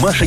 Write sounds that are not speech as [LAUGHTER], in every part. Маша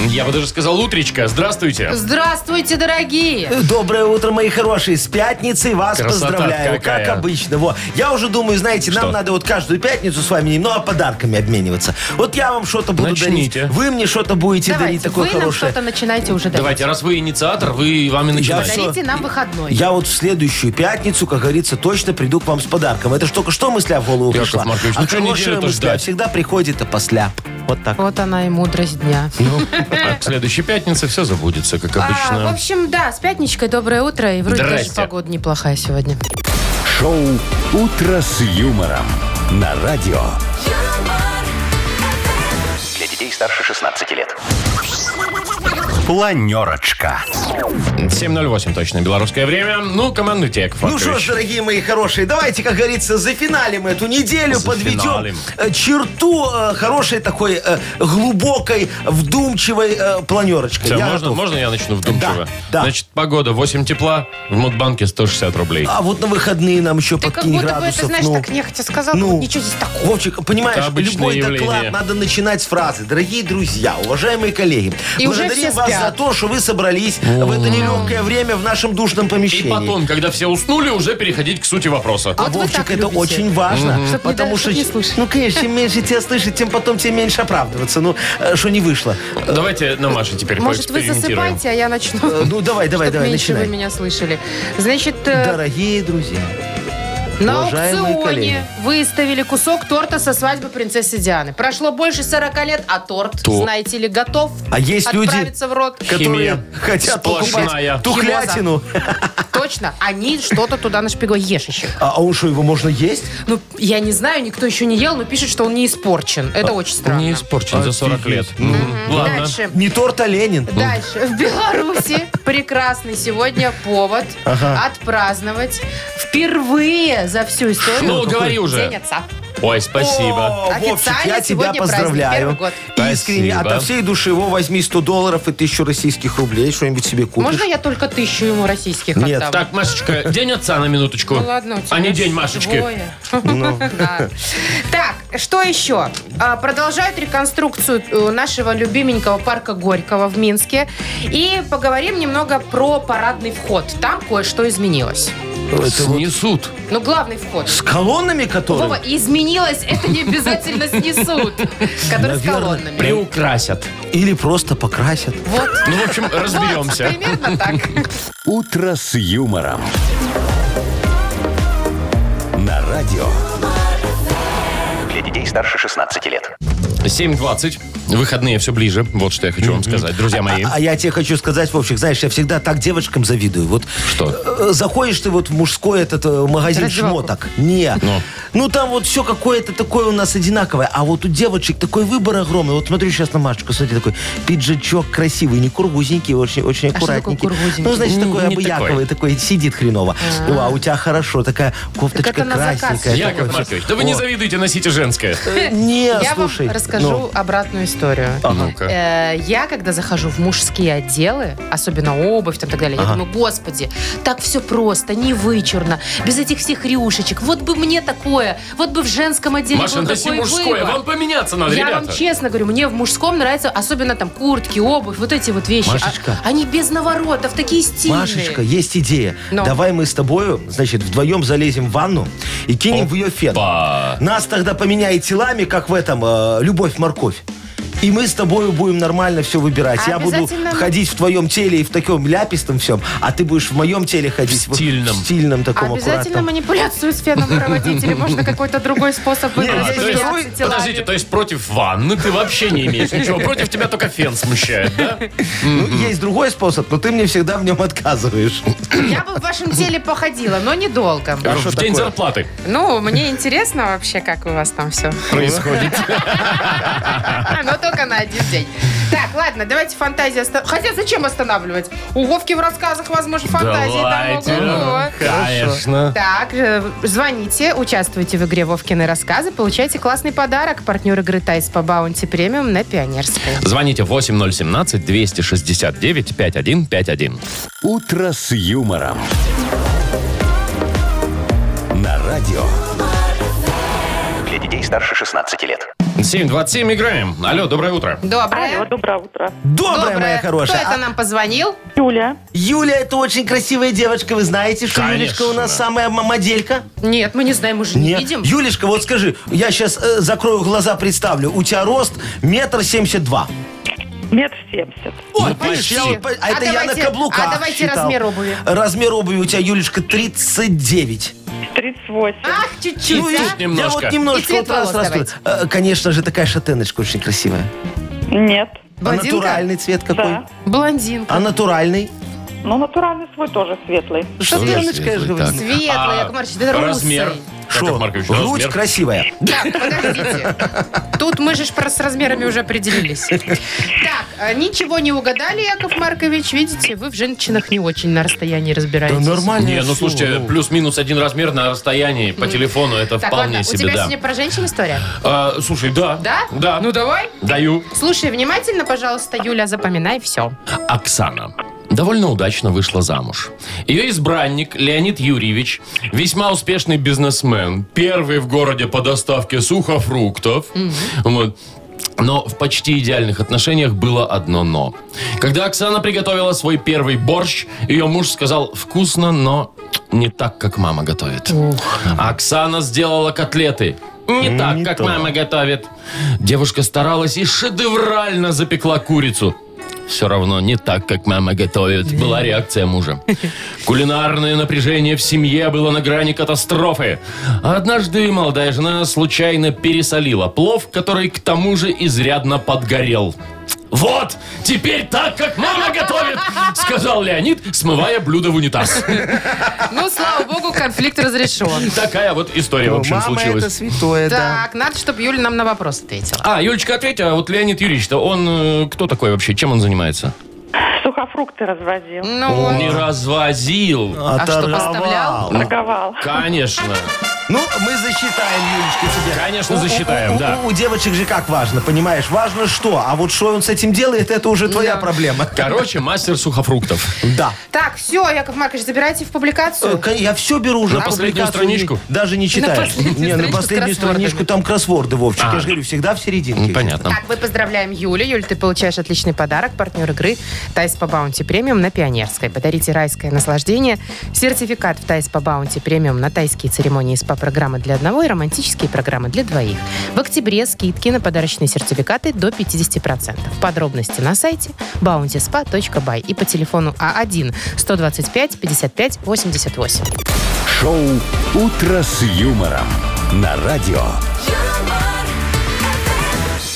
Я бы даже сказал утречка. Здравствуйте. Здравствуйте, дорогие! Доброе утро, мои хорошие. С пятницей вас Красота поздравляю. какая. Как обычно. Во. Я уже думаю, знаете, Что? нам надо вот каждую пятницу с вами немного подарками обмениваться. Вот я вам что-то буду Начните. дарить. Вы мне что-то будете дарить Давайте, такое вы нам хорошее. что-то начинайте уже дарить. Давайте, раз вы инициатор, вы вам и начинаете. всё. Дарите нам выходной. Я вот в следующую пятницу, как говорится, точно приду к вам с подарком. Это ж только что мысля в голову Яков пришла. Маркович, ну а что неделю-то хорошая мысля ждать? всегда приходит, а посля. Вот так. Вот она и мудрость дня. Ну, а к следующей пятнице все забудется, как А, в обычно. общем, да, с пятничкой доброе утро. И вроде даже Здрасте. погода неплохая сегодня. Шоу «Утро с юмором» на радио. Для детей старше 16 лет. Планерочка. 7.08 точно, белорусское время. Ну, командуйте, Яков Ну что ж, Маркович. дорогие мои хорошие, давайте, как говорится, зафиналим эту неделю, Зафиналим. подведем э, черту э, хорошей такой э, глубокой, вдумчивой э, планерочкой. Всё, Я можно, готов. можно я начну вдумчиво? Да, да. Значит, погода 8 тепла, в Мудбанке 160 рублей. А вот на выходные нам еще Ты как подкинь будто бы это, градусов. знаешь, ну. так нехотя сказал, Ну. вот ничего здесь такого. Вовчик, понимаешь, Это обычное любой явление. доклад надо начинать с фразы. Дорогие друзья, уважаемые коллеги, И уже благодарим все вас спят. за то, что вы собрались в это нелегкое время в нашем душном И помещении. потом, когда все уснули, уже переходить к сути вопроса. А Вот вы Вовчик, так это любите. очень важно. Чтоб не Потому да- что... чтоб не слышать. ну, конечно, чем меньше тебя слышать, тем потом тебе меньше оправдываться. Ну, э, что не вышло. Давайте на Маше теперь Может, вы поэкспериментируем. засыпаете, а я начну. Э, Ну, давай, давай, Чтоб давай, меньше начинай. вы меня слышали. Значит, э, Дорогие друзья, на уважаемые аукционе коллеги. выставили кусок торта со свадьбы принцессы Дианы. Прошло больше 40 лет, а торт, То- знаете ли, готов А есть люди- отправиться в рот. которые Химия. хотят Сплошная. покупать тухлятину. Точно, они что-то туда нашпиговали. Ешь еще. А а он что, его можно есть? Ну, я не знаю, никто еще не ел, но пишет, что он не испорчен. Это очень странно. А, Не испорчен за 40 лет. Ну, Ладно. Дальше. Не торт, а Ленин. Дальше. В Беларуси прекрасный сегодня повод отпраздновать впервые за всю историю Ну, говори уже. День отца. Ой, спасибо. О, Вовчик, я Официально тебя сегодня праздник, первый поздравляю. год. Искренне, Спасибо. ото всей души его возьми 100 долларов и 1000 российских рублей, что-нибудь себе купишь. Можно я только тысячу ему российских Нет. отдам? Так, Машечка, день отца на минуточку. Ну ладно, у тебя А не ж день Машечки. Ну. двое. [LAUGHS] Да. Так, что еще? А, Продолжают реконструкцию э, нашего любименького парка Горького в Минске. И поговорим немного про парадный вход. Там кое-что изменилось. Снесут. Ну, главный вход. С колоннами, которые... Вова, изменилось, это не обязательно снесут. Который с Наверное. колоннами. Приукрасят. Или просто покрасят. Вот. Ну, в общем, Вот, разберемся. примерно так. «Утро с юмором». На радио. Для детей старше 16 лет. 7.20. Выходные все ближе. Вот что я хочу вам сказать, друзья мои. А я тебе хочу сказать, Вовчик, знаешь, я всегда так девочкам завидую. Вот Что? э, Заходишь ты вот в мужской этот э, магазин Раздевалку. шмоток. Не. Ну. Ну там вот все какое-то такое у нас одинаковое. А вот у девочек такой выбор огромный. Вот смотрю сейчас на Машечку, смотри, такой пиджачок красивый, не кургузенький, очень, очень А что такое аккуратненький. кургузенький? ну, значит, Не- такой не обаяковый, такой. сидит хреново. О, а у тебя хорошо, такая кофточка Так это на заказ. красненькая. такое Яков всё. Маркович, да вы не О. завидуйте, носите женское. Не, Я вам слушай. ну. расскажу обратную историю. А Ну-ка. Э, Я, когда захожу в мужские отделы, особенно обувь там и так далее, я думаю, господи, так все просто, не вычурно, без этих всех рюшечек. Вот бы мне такое, вот бы в женском отделе Маша, ну, был носи такой мужское. выбор. Вам поменяться надо, Я вам ребята. честно говорю, мне в мужском нравятся особенно там куртки, обувь, вот эти вот вещи. А- Машечка. они без наворотов, такие стильные. Машечка, есть идея. Ну. Давай мы с тобою, значит, вдвоем залезем в ванну и кинем в ее фен. Ба. Нас тогда поменяет телами, как в этом э, любовь-морковь. И мы с тобою будем нормально все выбирать. Я буду Обязательно. ходить в твоем теле и в таком ляпистом всем, а ты будешь в моем теле ходить. В стильном. В стильном таком Обязательно аккуратном. манипуляцию с феном [LAUGHS] проводить или можно какой-то другой способ А, выбрать? то есть- Поменяться телами? подождите, то есть против ванны ты вообще не имеешь ничего. Против тебя только фен смущает, да? Ну, есть другой способ, но ты мне всегда в нем отказываешь. Я бы в вашем теле походила, но недолго. А в что день такое? зарплаты [LAUGHS] Ну, мне интересно вообще, как у вас там все. происходит. Ну, это только на один день. Так, ладно, давайте фантазии останов- Хотя зачем останавливать? У Вовки в рассказах, возможно, фантазии там ого-го. Конечно. Так, э, звоните, участвуйте в игре Вовкины рассказы, получайте классный подарок. Партнер игры Тайс по Баунти Премиум на Пионерской. Звоните 8017-269-5151. «Утро с юмором». На радио. Для детей старше 16 лет. 727 играем. Алло, доброе утро. Доброе. Алло, доброе утро. Добрая, Доброе. моя хорошая. Кто это А нам позвонил? Юля, Юля, это очень красивая девочка. Вы знаете, что Конечно. Юлечка у нас самая м- моделька? Нет, мы не знаем, мы же не Нет. видим. Юлечка, вот скажи, я сейчас закрою глаза, представлю. У тебя рост метр семьдесят два. метр семьдесят. Ой, Ну, почти. посчитал, по- А А это я на давайте- каблуках а давайте считал. размер обуви. Размер обуви у тебя, Юлечка, 39. Тридцать восемь. Ах, чуть-чуть, Ну, а? видишь, я немножко. вот И немножко цвет вот раз, волос раз- давайте. Э, Конечно же, такая шатеночка очень красивая. Нет. Блондинка? А натуральный цвет какой? Да. Блондинка. А натуральный? Ну, натуральный свой тоже светлый. Шатеночка, я же говорю. Светлый, А, Яков Маркович, да русый. размер. Яков Шо? Маркович, грудь размер? красивая. Так, подождите. Тут мы же ж про- с размерами уже определились. Так, э, ничего не угадали, Яков Маркович. Видите, вы в женщинах не очень на расстоянии разбираетесь. нормально. Не, ну слушайте, плюс-минус один размер на расстоянии по телефону, это Так, вполне ладно, у себе, тебя да. сегодня про женщин история? А, Слушай, да. Да? Да. Ну давай. Даю. Слушай внимательно, пожалуйста, Юля, запоминай все. Оксана довольно удачно вышла замуж. Ее избранник Леонид Юрьевич, весьма успешный бизнесмен, первый в городе по доставке сухофруктов. Вот. Но в почти идеальных отношениях было одно «но». Когда Оксана приготовила свой первый борщ, ее муж сказал «вкусно, но не так, как мама готовит». А Оксана сделала котлеты. Не так, Не как то. мама готовит. Девушка старалась и шедеврально запекла курицу. Все равно не так, как мама готовит. Была реакция [LAUGHS] мужа. Кулинарное напряжение в семье было на грани катастрофы. Однажды молодая жена случайно пересолила плов, который к тому же изрядно подгорел. Вот, теперь так, как мама готовит, сказал Леонид, смывая блюдо в [LAUGHS] унитаз. Ну, слава богу, конфликт разрешен. Такая вот история, в общем, Мама это случилась. святое, да. Так, надо, чтобы Юля нам на вопрос ответила. А, Юлечка, ответь, а вот Леонид Юрьевич-то, он э, кто такой вообще? Чем он занимается? Сухофрукты развозил. Ну, А. он- Не развозил. А что, поставлял? А. Торговал. Конечно. Ну, мы засчитаем, Юлечка, тебе. Конечно, У- у- засчитаем, у- у- да. У девочек же как важно, понимаешь? Важно что, а вот что он с этим делает, это уже твоя проблема. Короче, мастер сухофруктов. Да. Так, все, Яков Маркович, забирайте в публикацию. Э, Я все беру уже. На последнюю публикацию, страничку? не- Даже не читаешь. последнюю Не, страничку на с последнюю кроссвордами. страничку там кроссворды, Вовчик. А. Я же говорю, всегда в серединке. Ну, где-то. Понятно. Так, мы поздравляем Юлю. Юль, ты получаешь отличный подарок. Партнер игры «Тайс по Баунти Премиум» на Пионерской. Подарите райское наслаждение. Сертификат в «Тайс по Баунти Премиум» на тайские церемонии СПА-программы для одного и романтические программы для двоих. В октябре скидки на подарочные сертификаты до 50%. Подробности на сайте bountyspa.by и по телефону А А1-125-55-88. Шоу «Утро с юмором» на радио.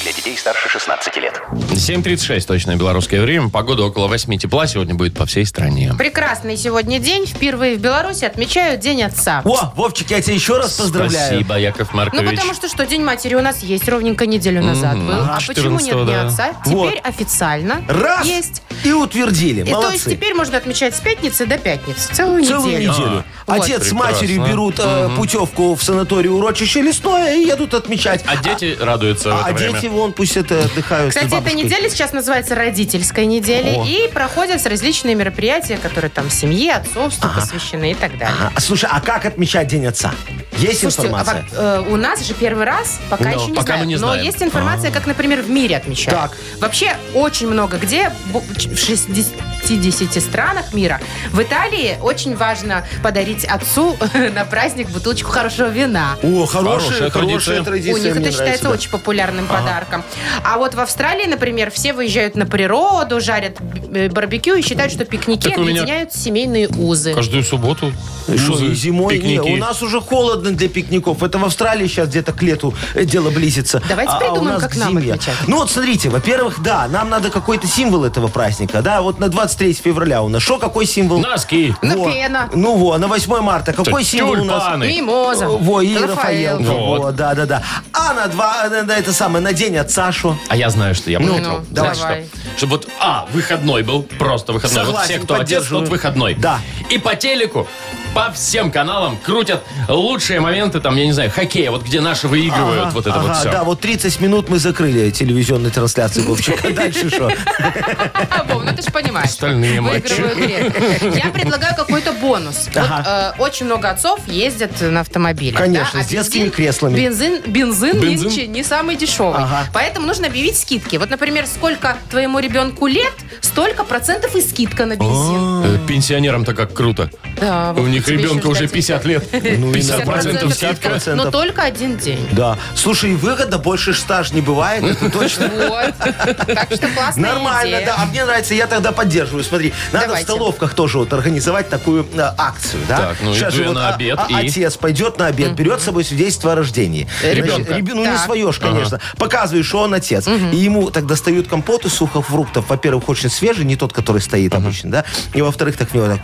Для детей старше 16 лет. 7.36 точное белорусское время. Погода около 8 тепла сегодня будет по всей стране. Прекрасный сегодня день. Впервые в Беларуси отмечают День Отца. О, Вовчик, я тебя еще раз поздравляю. Спасибо, Яков А Ну, Маркович. потому что что, День матери у нас есть, ровненько неделю назад был. Ага, А почему нет 14-го, да. Дня отца? Вот. Теперь официально Раз есть. и утвердили. И то есть Молодцы. теперь можно отмечать с пятницы до пятницы. Целую, Целую неделю. неделю. А, вот. Отец с Прекрасно. матерью берут э, путевку в санаторий урочище лесное и едут отмечать. А дети радуются в А это время. дети вон пусть это отдыхают. с Кстати, эта бабушкой. неделя сейчас называется родительской неделей. О. И проходят различные мероприятия, которые там семье, отцовству посвящены и так далее. А, слушай, а как отмечать День отца? Есть Слушайте, информация? Ну, а вот, э, у нас же первый раз, пока Да, еще не пока знаем. мы не Но знаем. есть информация, как, например, в мире отмечают. А. Так. Вообще очень много где, бу- ч- в 60 странах мира. В Италии очень важно подарить отцу [LAUGHS] на праздник бутылочку хорошего вина. О, Хорошая хорошая, традиция. хорошая традиция. У них мне это считается нравится, да. очень популярным подарком. А вот в Австралии, например, все выезжают на природу, жарят б- э, барбекю и считают, что пикники Так у меня- объединяют семейные узы. Каждую субботу. И Что, музы, и зимой? Не, пикники. у нас уже холодно для пикников. Это в Австралии сейчас где-то к лету э, дело близится. Давайте А- а у придумаем, нас как к нам зиме. отмечать. Ну вот смотрите, во-первых, да, нам надо какой-то символ этого праздника. Да, вот на 25 23 февраля у нас. Шо, какой символ? Носки. Во. Пена. Ну во, на 8 марта. Какой символ у нас? Тюльпаны. Мимоза. Э, Во, и Рафаэл. Рафаэлка. Вот. Во, да, да, да. А на два, на, на это самое, на день отца шо? А я знаю, что я бы хотел. ну, Знаешь давай. что? Чтобы вот, а, выходной был, просто выходной. вот Согласен, все, кто отец, поддерживаю. тот выходной. Да. И по телеку, по всем каналам крутят лучшие моменты, там, я не знаю, хоккея, вот где наши выигрывают, Ага, вот это вот ага, все. Да, вот 30 минут мы закрыли телевизионные трансляции, Вовчик. А дальше что? [LAUGHS] А, [LAUGHS] Вов, ну ты же понимаешь. Остальные матчи. Выигрывают редко. Я предлагаю какой-то бонус. Вот, Ага. э, очень много отцов ездят на автомобиле. Конечно, А с детскими креслами. Бензин, бензин, Бензин? Не, не самый дешевый. Ага. Поэтому нужно объявить скидки. Вот, например, сколько твоему ребенку лет, столько процентов и скидка на бензин. Э, Пенсионерам-то как круто. Да, У А вот них тебе ребенка еще уже ждать 50 лет. Ну, 50% нормально. скидка. 50%. Но только один день. Да. Слушай, и выгода больше штаж не бывает, это точно. Вот. Так что классная Нормально, идея. да. А мне нравится, я тогда поддерживаю. Смотри, надо Давайте. в столовках тоже вот организовать такую э, акцию, да? Так, ну и Сейчас две же вот, на а, обед, а- и? Отец пойдет на обед, берет с собой свидетельство о рождении. Ребенка. Значит, ребен- Ну, не Так. свое ж, конечно. Показываешь, что он отец. И ему так достают компот из сухофруктов. Во-первых, очень свежий, не тот, который стоит обычно, да? И во-вторых, так в него так...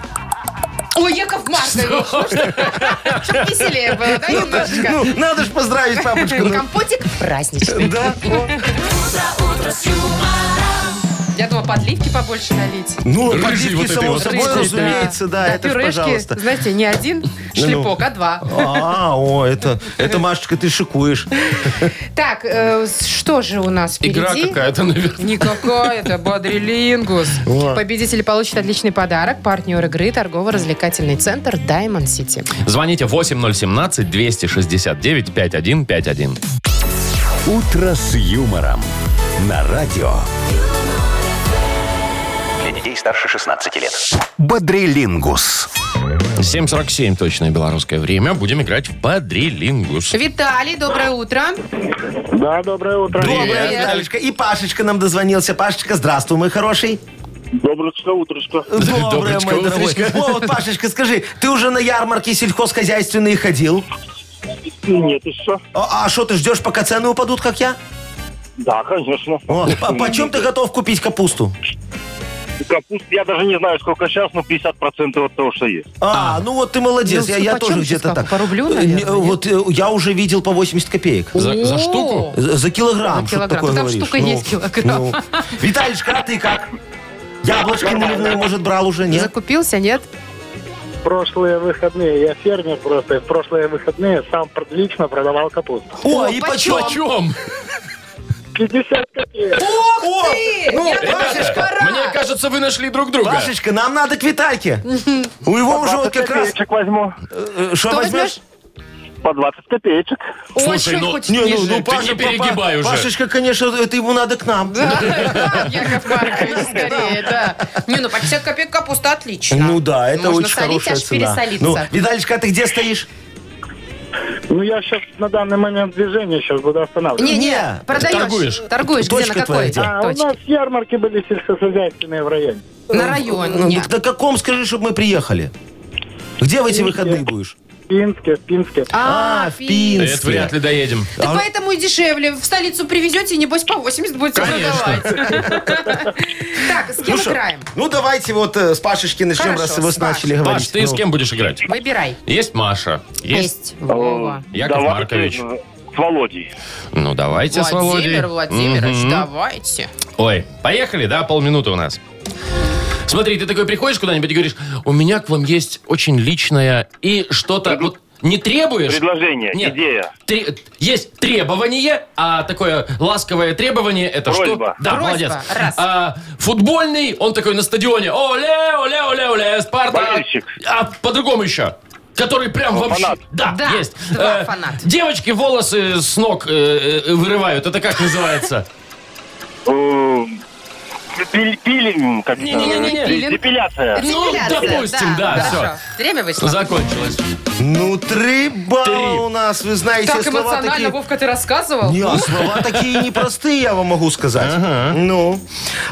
Ой, Яков Маркович, чтобы веселее было, да, немножко? Ну, надо же поздравить папочку. ну. Компотик праздничный. Да, вот. Я думала, подливки побольше налить. ну, Рыжий подливки, вот этой само вот собой, рыжий, разумеется, да, Да, это ж, пюрешки, пожалуйста. знаете, не один шлепок, а два. А, о, это, это, Машечка, ты шикуешь. Так, э, что же у нас впереди? Игра какая-то, наверное. Никакая, это Бодрилингус. Победители получат отличный подарок. Партнер игры, торгово-развлекательный центр Diamond City. Звоните 8017-269-5151. «Утро с юмором» на радио. Для детей старше 16 лет. Бодрилингус. 7.47 точное белорусское время. Будем играть в Бадрилингус. Виталий, доброе утро. Да, доброе утро. Доброе, Привет. Виталичка. И Пашечка нам дозвонился. Пашечка, здравствуй, [LAUGHS] мой хороший. Доброе утречко. Доброе, Доброчка, мой дорогой. утречко. Во, вот, Пашечка, скажи, ты уже на ярмарке сельхозхозяйственные ходил? Ну, Нет еще. А а что, ты ждешь, пока цены упадут, как я? Да, конечно. О, а почем ты готов купить капусту? Капуст, я даже не знаю, сколько сейчас, но 50% от того, что есть. А, ну вот ты молодец, Ну, я, я почем тоже сейчас как? где-то так. По рублю, Э, наверное, не, э, нет? Вот э, я уже видел по 80 копеек. За, за О. штуку? За, за килограмм, За что килограмм. Ну, такое Там говоришь. Ну, штука есть килограмм. Виталичка, а ты как? Яблочки наливные, может, брал уже, нет? Закупился, нет? Прошлые выходные, я фермер просто, и в прошлые выходные сам прод- лично продавал капусту. О, О, и почем? почем? Почем? 50 копеек. О, ну, [LAUGHS] Ребята, Пашечка, мне кажется, вы нашли друг друга. Пашечка, нам надо к Витальке. У его уже вот как раз... Копеечек возьму. э, Что Что возьмешь? возьмешь? По 20 копеечек. Слушай, Очень ну, хочешь Не, ниже. Ты не перегибай уже. Пашечка, конечно, это ему надо к нам. Да, Яков Маркович, скорее, да. Не, ну по 50 копеек капуста отлично. Ну да, это Можно очень хорошая солить, цена. аж Ну, пересолиться. Виталичка, а ты где стоишь? Ну, я сейчас на данный момент движения сейчас буду останавливать. Не, не, Не, продаешь. торгуешь. Торгуешь, где, на Точка какой? твоя где? А у точке? нас э, ярмарки были сельскохозяйственные в районе. На Ну, районе. На каком, скажи, чтобы мы приехали? Где в эти выходные будешь? В Пинске, в Пинске. А, в Э, Пинске. Это вряд ли доедем. Да поэтому и дешевле. В столицу привезете, небось, по 80 будете Конечно. [LAUGHS] продавать. Так, с кем Ну что, играем? Ну, давайте вот э, с Пашечки начнем, Хорошо, раз вы с с начали Пашей. говорить. Паш, ты Ну. с кем будешь играть? Выбирай. Есть Маша. Есть. Есть. Вова. Яков Давай, Маркович. э, С Володей. Ну, давайте с Володей. Владимир Владимирович, Мгм. давайте. Ой, поехали, да? Полминуты у нас. Смотри, ты такой приходишь куда-нибудь и говоришь, у меня к вам есть очень личное и что-то... Вот, не требуешь? Предложение, Нет. идея. Тре- Есть требование, а такое ласковое требование это Просьба. что? Да, Просьба. молодец. Раз. А, футбольный, он такой на стадионе. Оле, оле, оле, оле, Спарта. Болельщик. А по-другому еще. Который прям О, вообще... фанат. Да, Да, есть. Э, два фанат. Девочки волосы с ног э, э, вырывают. Это как называется? Э, пил- Пилинг, как Не-не-не-не. э, Пилинг. Депиляция. Ну, Репиляция, допустим, да, хорошо. Время вышло. Закончилось. Ну, три балла Три. у нас, вы знаете, Так слова эмоционально, такие... Вовка, ты рассказывал? Не, а слова такие непростые, я вам могу сказать. Ну,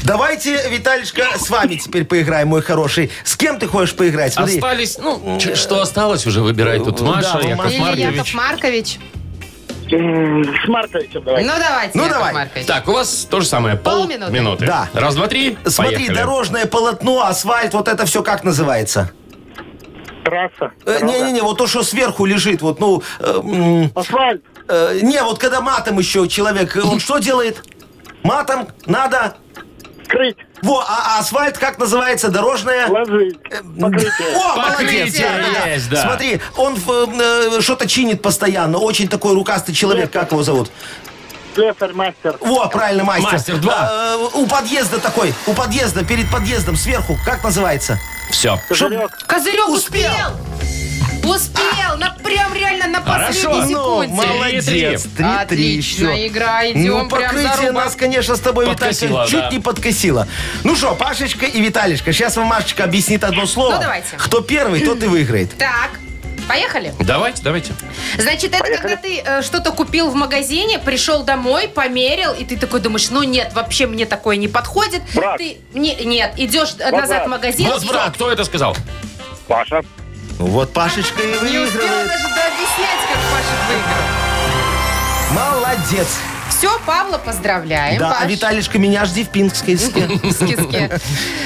давайте, Виталишка, с вами теперь поиграем, мой хороший. С кем ты хочешь поиграть? Смотри. Остались, ну, ч- что осталось уже, выбирай тут Да, Маша, ну, Яков Маша Или Маркович. Яков Маркович. М, С Марковичем давайте. Ну, давайте, Ну, Яков давай. Маркович. Так, у вас то же самое. Полминуты? Полминуты. Да. Раз, два, три. Смотри, Поехали. дорожное полотно, асфальт, вот это все как называется? Трасса. Э, дорога. Не-не-не, вот то, что сверху лежит, вот, ну... э, м, Асфальт. э, не, вот когда матом еще человек, э, он что делает? Матом надо... Крыть. Во, а а асфальт как называется? Дорожное... Ложить. Э, Покрытие. Ну, О, молодец! Покрытие да, да, да. есть, да. Смотри, он в, э, что-то чинит постоянно. Очень такой рукастый человек. Как его зовут? Слесарь, мастер. Во, правильно, мастер. Мастер, два. А, э, у подъезда такой, у подъезда, перед подъездом, сверху, как называется? Все. Козырек. Козырек Успел. успел. Успел. На, прям реально на Хорошо. последней секунде. Ну, молодец. Три-три. Три-три, Отличная всё. игра, идем прям Ну, за покрытие рубах. нас, конечно, с тобой, Виталька, Подкосило, чуть да. не подкосило. Ну что, Пашечка и Виталишка, сейчас вам Машечка объяснит одно слово. Ну, давайте. Кто первый, тот и выиграет. Так, поехали. Давайте, давайте. Значит, это когда ты э, что-то купил в магазине, пришел домой, померил, и ты такой думаешь, ну нет, вообще мне такое не подходит. Брак. Ты не- нет, идешь э, назад в магазин. Вот, и- брат, кто это сказал? Паша. Ну вот Пашечка и Не успела выигрывает. даже дообъяснять, как Паша выиграл. Молодец. Все, Павла поздравляем. да, Паш. а Виталишка, меня жди в Пинской. [LAUGHS] Ски-ски.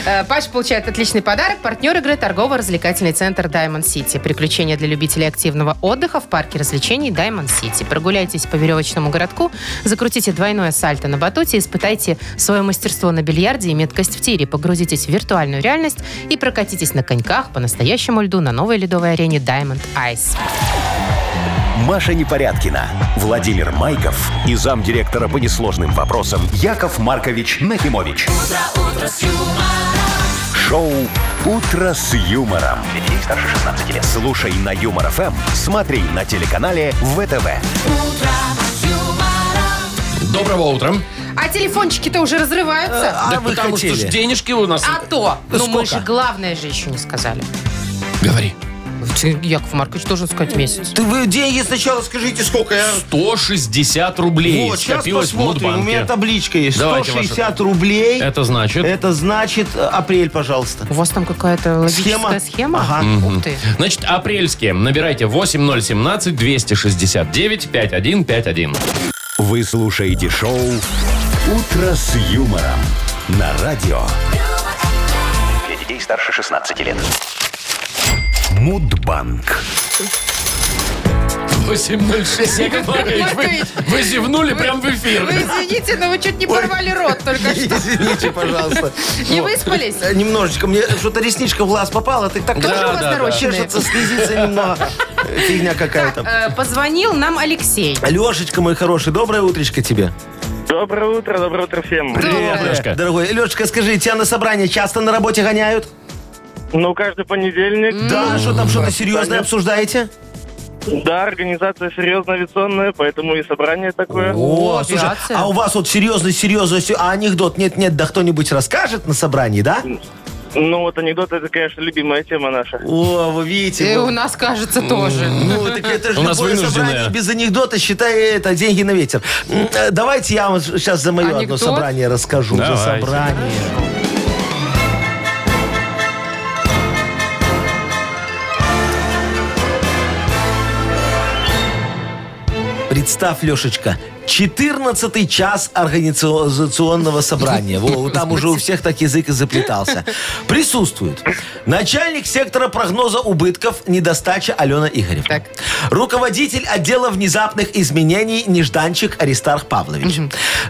Э, Паш получает отличный подарок. Партнер игры торгово-развлекательный центр Diamond City. Приключения для любителей активного отдыха в парке развлечений Diamond City. Прогуляйтесь по веревочному городку, закрутите двойное сальто на батуте, испытайте свое мастерство на бильярде и меткость в тире. Погрузитесь в виртуальную реальность и прокатитесь на коньках по настоящему льду на новой ледовой арене Diamond Ice. Маша Непорядкина, Владимир Майков и замдиректора по несложным вопросам Яков Маркович Нахимович. Шоу Утро с юмором. Для детей старше 16 лет. Слушай на юмор ФМ, смотри на телеканале ВТВ. Доброго утра. А телефончики-то уже разрываются? А Да вы потому что ж хотели. денежки у нас... А то! Ну мы же Сколько? главное же еще не сказали. Говори. Яков Маркович должен сказать месяц. Ты вы деньги сначала скажите, сколько я... 160 рублей Вот, сейчас скопилось в посмотрим. У меня Мудбанке. табличка есть. Давайте, ваша 160 рублей. Это значит... Это значит э, апрель, [LAUGHS] пожалуйста. У вас там какая-то логическая схема? Схема? Ага. Ага. Ух ты. Значит, апрельские. Набирайте 8017-269-5151. Вы слушаете шоу Утро с юмором на радио Для детей старше 16 лет. Мудбанк. 806. [LAUGHS] Яков Маркович, вы, вы зевнули прям в Вы эфир. извините, но вы чуть не порвали рот только что. Извините, пожалуйста. Не выспались? Э, Немножечко. Мне что-то ресничка в глаз попала. Ты так Тоже у вас да, да. нарощенные. чешется, слезится немного. Э, Фигня какая-то. Э, Позвонил нам Алексей. Лешечка, мой хороший, доброе утречко тебе. Э, Доброе утро, доброе утро всем. Привет, Лешка. Дорогой, Лешечка, скажи, тебя на собрание часто на работе гоняют? Ну, каждый понедельник, Да, что там, что-то серьезное обсуждаете? да, организация серьезно авиационная, поэтому и собрание такое. О, слушай, авиация. а у вас вот серьезный, серьезный, а анекдот нет-нет, да кто-нибудь расскажет на собрании, да? Ну, вот анекдот, это, конечно, любимая тема наша. О, вы видите. И Э, вот. у нас, кажется, тоже. Ну, так это же У нас любое вынужденное. собрание без анекдота, считай, это деньги на ветер. М, э, Давайте я вам сейчас за мое одно Анекдот? собрание расскажу. За Давайте. собрание. Представь, Лешечка, 14 час организационного собрания. Во, там уже у всех так язык и заплетался. Присутствует начальник сектора прогноза убытков недостача Алена Игоревна. Так. Руководитель отдела внезапных изменений Нежданчик Аристарх Павлович.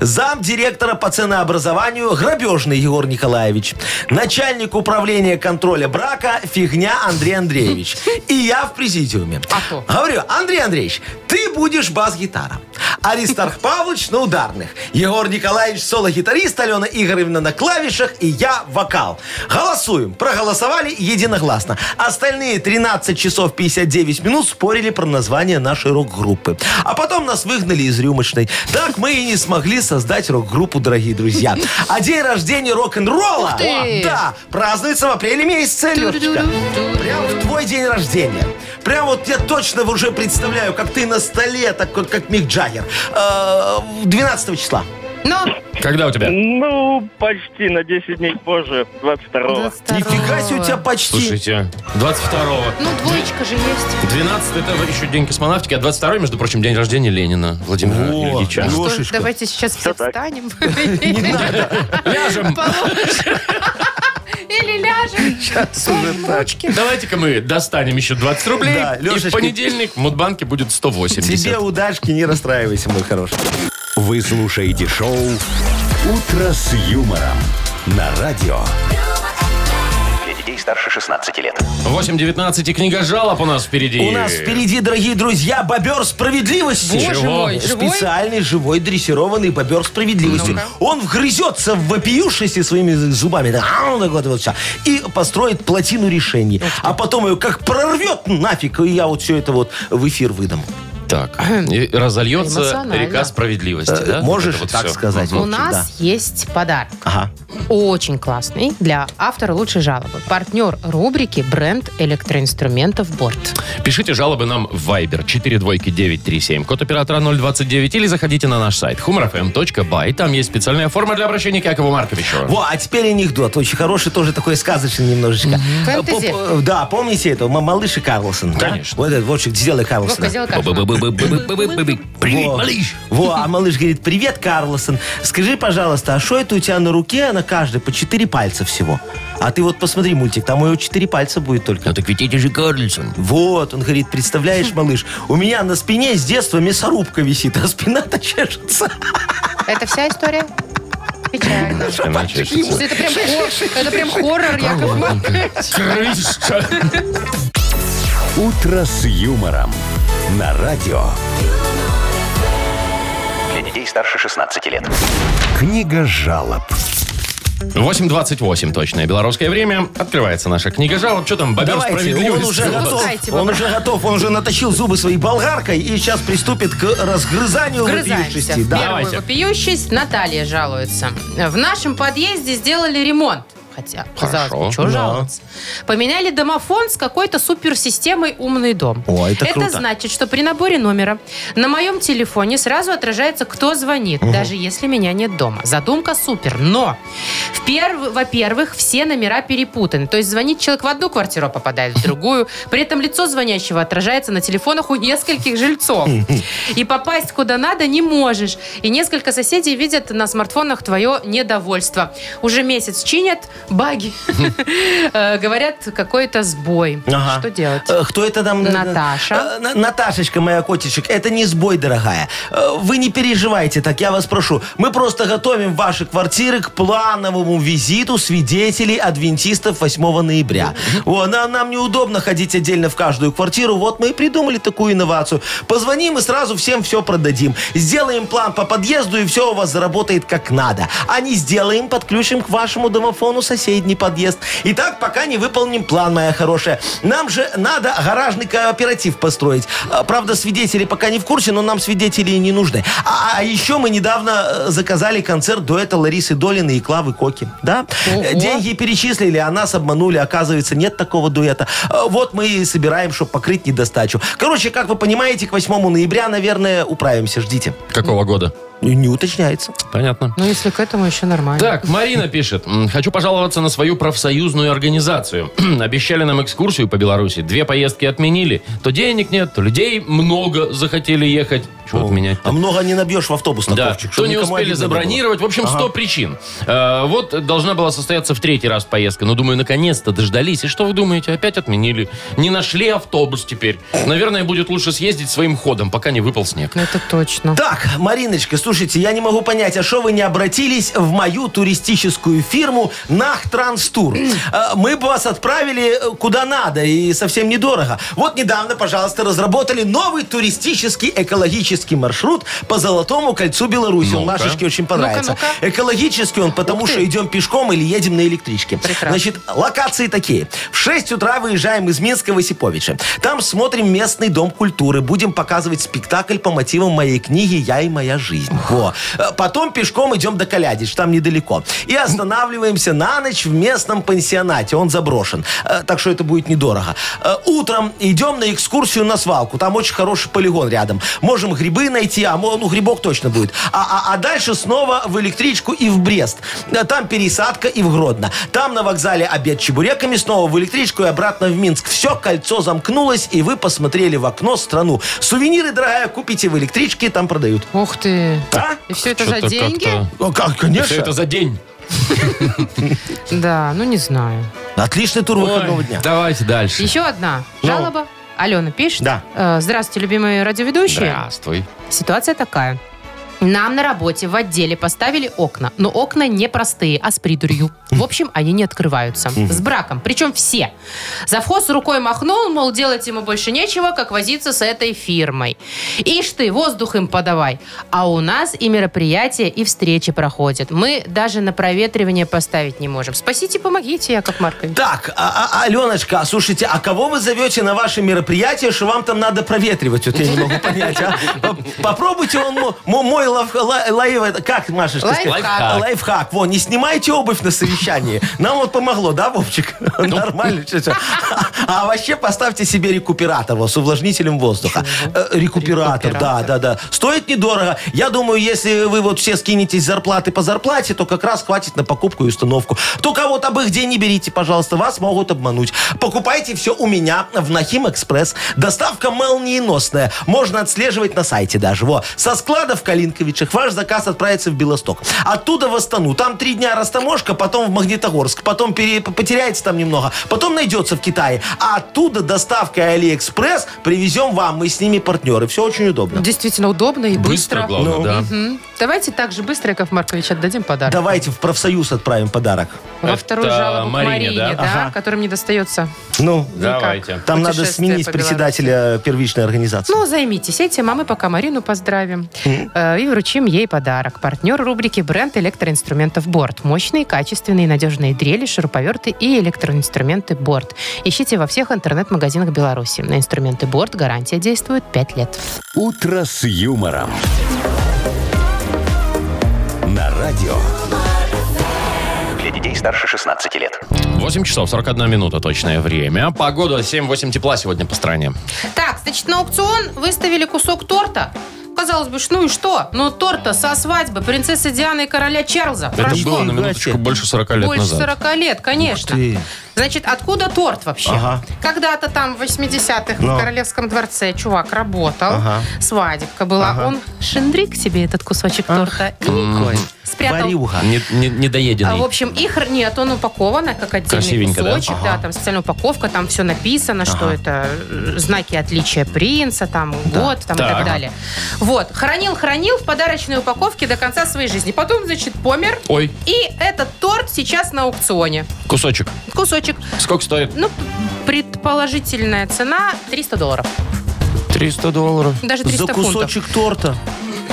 Зам директора по ценообразованию Грабежный Егор Николаевич. Начальник управления контроля брака Фигня Андрей Андреевич. И я в президиуме. А то. Говорю, Андрей Андреевич, ты будешь бас-гитара. Аристарх Павлович на ударных. Егор Николаевич соло-гитарист, Алена Игоревна на клавишах и я вокал. Голосуем. Проголосовали единогласно. Остальные 13 часов 59 минут спорили про название нашей рок-группы. А потом нас выгнали из рюмочной. Так мы и не смогли создать рок-группу, дорогие друзья. А день рождения рок-н-ролла, ты! да, празднуется в апреле месяце, Лешечка. Прям в твой день рождения. Прям вот я точно уже представляю, как ты на столе, так вот, как Мик Джаггер. Э, 12 А, числа. Ну, Когда у тебя? Ну, почти на 10 дней позже, 22-го. 22. Нифига себе у тебя почти. Слушайте, 22-го. Ну, двоечка же есть. 12 это вот еще день космонавтики, а 22 между прочим, день рождения Ленина Владимира О, а, Ильича. ну, Что, Лешечка. давайте сейчас все [LAUGHS] так. встанем. Ляжем. Положим. [LAUGHS] Или ляжем. Сейчас уже так. Давайте-ка мы достанем еще 20 рублей. Да, и в Лешечка. понедельник в Мудбанке будет 180. Тебе удачки, не расстраивайся, мой хороший. Вы слушаете шоу «Утро с юмором» на радио. Для детей старше 16 лет. 8.19 и книга жалоб у нас впереди. У нас впереди, дорогие друзья, бобер справедливости. Боже Чего? мой, живой? Специальный живой дрессированный бобер справедливости. Ну-ка. Он вгрызется в вопиюшести своими зубами. да, ау, так вот, вот всё, и построит плотину решений. А потом ее как прорвет нафиг, и я вот все это вот в эфир выдам. Так, и разольется Эмоционально. река справедливости, Э, да? Можешь Вот это вот так всё. сказать? У Вовчик, да. нас есть подарок. Ага. Очень классный для автора лучшей жалобы. Партнер рубрики бренд электроинструментов Борт. Пишите жалобы нам в Viber 42937, код оператора 029, или заходите на наш сайт humorfm.by. Там есть специальная форма для обращения к Якову Марковичу. Во, а теперь анекдот. Очень хороший, тоже такой сказочный немножечко. Фэнтези? Э, поп- э, Да, помните этого? м- Малыш и Карлсон. да? Конечно. Вот этот, вот, сделай Карлсона. Вовка, сделай как же нам. Привет, Во. малыш! Во, а малыш говорит, привет, Карлосон. Скажи, пожалуйста, а что это у тебя на руке, на каждой по четыре пальца всего? А ты вот посмотри мультик, там у него четыре пальца будет только. Ну так ведь это же Карлсон. Вот, он говорит, представляешь, малыш, у меня на спине с детства мясорубка висит, а спина-то чешется. Это вся история? Печально. Крышка. Это прям, хор- это прям хоррор, Яков Маркович. «Утро с юмором» на радио. Для детей старше 16 лет. Книга жалоб. 8.28 точное белорусское время. Открывается наша книга жалоб. Что там, бобер Давайте, ну, он справедливости? уже готов. Запускайте, Он Бобр. уже готов, он уже наточил зубы своей болгаркой и сейчас приступит к разгрызанию Вгрызаемся. вопиющести. В Да. первую Давайте. вопиющесть Наталья жалуется. В нашем подъезде сделали ремонт. Хотя, казалось бы, Хорошо. чего жаловаться. Поменяли домофон с какой-то суперсистемой «Умный дом». О, это круто. значит, что при наборе номера на моем телефоне сразу отражается, кто звонит, даже если меня нет дома. Задумка супер, но, в перв- во-первых, все номера перепутаны. То есть звонит человек в одну квартиру, а попадает в другую. При этом лицо звонящего отражается на телефонах у нескольких жильцов. И попасть куда надо не можешь. И несколько соседей видят на смартфонах твое недовольство. Уже месяц чинят баги. Э, Говорят, какой-то сбой. Ага. Что делать? Э, Кто это там? Наташа. Э, На- Наташечка, моя котичек, это не сбой, дорогая. Э, Вы не переживайте так, я вас прошу. Мы просто готовим ваши квартиры к плановому визиту свидетелей адвентистов 8 ноября. О, на- нам, неудобно ходить отдельно в каждую квартиру. Вот мы и придумали такую инновацию. Позвоним и сразу всем все продадим. Сделаем план по подъезду, и все у вас заработает как надо. А не сделаем, подключим к вашему домофону соседний подъезд. И так пока не выполним план, моя хорошая. Нам же надо гаражный кооператив построить. А, Правда, свидетели пока не в курсе, но нам свидетели и не нужны. А, а еще мы недавно э, заказали концерт дуэта Ларисы Долины и Клавы Коки. Да? Э, Деньги перечислили, а нас обманули. Оказывается, нет такого дуэта. Э, Вот мы и собираем, чтобы покрыть недостачу. Короче, как вы понимаете, к 8 ноября, наверное, управимся. Ждите. Какого года? Не уточняется. Понятно. Ну, если к этому еще нормально. Так, Марина пишет. «М, Хочу пожаловаться на свою профсоюзную организацию. [CLEARS THROAT] Обещали нам экскурсию по Беларуси. Две поездки отменили. То денег нет, то людей много захотели ехать. Чего от меня? А много не набьешь в автобус на Да, кто ковчик, чтоб не никому успели обидно было. забронировать. В общем, 100 причин. Э, Вот должна была состояться в третий раз поездка. Но, думаю, наконец-то дождались. И что вы думаете? Опять отменили. Не нашли автобус теперь. Наверное, будет лучше съездить своим ходом, пока не выпал снег. Ну, Это точно. Так, Мариночка, слушайте, я не могу понять, а что вы не обратились в мою туристическую фирму Нахтранстур? Э, Мы бы вас отправили э, куда надо и совсем недорого. Вот недавно, пожалуйста, разработали новый туристический экологический маршрут по Золотому кольцу Беларуси. Он Ну-ка. Машечке очень понравится. Ну-ка, ну-ка. Экологический он, потому что идем пешком или едем на электричке. Прекрасно. Значит, локации такие. В 6 утра выезжаем из Минска в Осиповичи. Там смотрим местный дом культуры. Будем показывать спектакль по мотивам моей книги «Я и моя жизнь». Во. Э, Потом пешком идем до Калядич, там недалеко. И останавливаемся на ночь в местном пансионате. Он заброшен. Э, Так что это будет недорого. Э, Утром идем на экскурсию на свалку. Там очень хороший полигон рядом. Можем грибы грибы найти, а мо- ну грибок точно будет. А, а- а дальше снова в электричку и в Брест. Да, Там пересадка и в Гродно. Там на вокзале обед с чебуреками, снова в электричку и обратно в Минск. Все, кольцо замкнулось, и вы посмотрели в окно страну. Сувениры, дорогая, купите в электричке, там продают. Ух ты. А? И все это за Что-то деньги? как-то- Ну, как, Все это за день. Да, ну не знаю. Отличный тур выходного Ой, дня. Давайте дальше. Еще одна Ну. жалоба. Алена пишет. Да. Э, Здравствуйте, любимые радиоведущие. Здравствуй. Ситуация такая. Нам на работе в отделе поставили окна, но окна не простые, а с придурью. В общем, они не открываются. С браком. Причем все. Завхоз рукой махнул, мол, делать ему больше нечего, как возиться с этой фирмой. Ишь ты, воздух им подавай. А у нас и мероприятия, и встречи проходят. Мы даже на проветривание поставить не можем. Спасите, помогите, Яков Маркович. Так, а- а- Аленочка, слушайте, а кого вы зовете на ваше мероприятие, что вам там надо проветривать? Вот я не могу понять, а? Поп- Попробуйте он мо- мо- мой лав- ла- лайв- это- Как, Машечка? Лайфхак. сказала? Лайфхак. Вон, не снимайте обувь на совещании. Нам вот помогло, да, Вовчик? Нормально. чё- чё. А вообще поставьте себе рекуператор вот, с увлажнителем воздуха. Э, Рекуператор, да, да, да. Стоит недорого. Я думаю, если вы вот все скинетесь с зарплаты по зарплате, то как раз хватит на покупку и установку. Только вот об их день не берите, пожалуйста, вас могут обмануть. Покупайте все у меня в Нахим Экспресс. Доставка молниеносная. Можно отслеживать на сайте даже. Во. Со склада в Калинковичах ваш заказ отправится в Белосток. Оттуда в Астану. Там три дня растаможка, потом в Магнитогорск, потом пере- потеряется там немного, потом найдется в Китае. А оттуда доставка Алиэкспресс привезем вам. Мы с ними партнеры. Все очень удобно. Действительно удобно и быстро. Быстро, главное, Ну. да. Мгм. Давайте так же быстро, Яков Маркович, отдадим подарок. Давайте в профсоюз отправим подарок. Во Это вторую жалобу Марине, к Марине, да, да? Ага. которым не достается. Ну, Давайте. там надо Путешествие сменить по Беларуси. председателя первичной организации. Ну, займитесь этим, а мы пока Марину поздравим Э, и вручим ей подарок. Партнер рубрики «Бренд электроинструментов Борт». Мощные, качественные, надежные дрели, шуруповерты и электроинструменты Борт. Ищите во всех интернет-магазинах Беларуси. На инструменты Борт гарантия действует 5 лет. «Утро с юмором». На радио. Для детей старше 16 лет. 8 часов 41 минута точное время. Погода 7-8 тепла сегодня по стране. Так, значит, на аукцион выставили кусок торта. Казалось бы, ж, ну и что? Ну, торта со свадьбы принцессы Дианы и короля Чарльза. Это Прошло было на минуточку Гася. больше 40 лет Больше назад. 40 лет, конечно. Значит, откуда торт вообще? Ага. Когда-то там в 80-х Ну. в Королевском дворце чувак работал, Ага. свадебка была. Ага. Он шиндрик себе этот кусочек торта и спрятал. Варюга. А, Не, не- недоеденный. А, в общем, их р- нет, он упакован как отдельный Красивенько, да? кусочек, да? Ага. там специальная упаковка, там все написано, что это э, знаки отличия принца, там год, там и так Так. далее. Вот, хранил, хранил в подарочной упаковке до конца своей жизни. Потом, значит, помер. Ой, И этот торт сейчас на аукционе. кусочек. Кусочек. Сколько стоит? Ну, предположительная цена 300 долларов. 300 долларов. Даже 300 За кусочек торта. фунтов.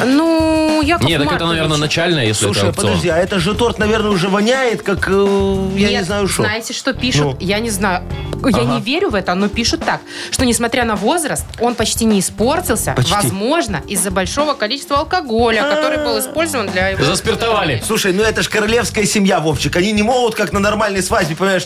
Ну, я Не, так это, наверное, начальное, если Слушай, это аукцион. подожди, а это же торт, наверное, уже воняет, как э, я не знаю что. Знаете, что пишут? Ну. Я не знаю. Я Ага. не верю в это, но пишут так, что несмотря на возраст, он почти не испортился, Почти. А. возможно, из-за большого количества алкоголя, который был использован для его... Заспиртовали. Слушай, ну это ж королевская семья, Вовчик. Они не могут, как на нормальной свадьбе, понимаешь,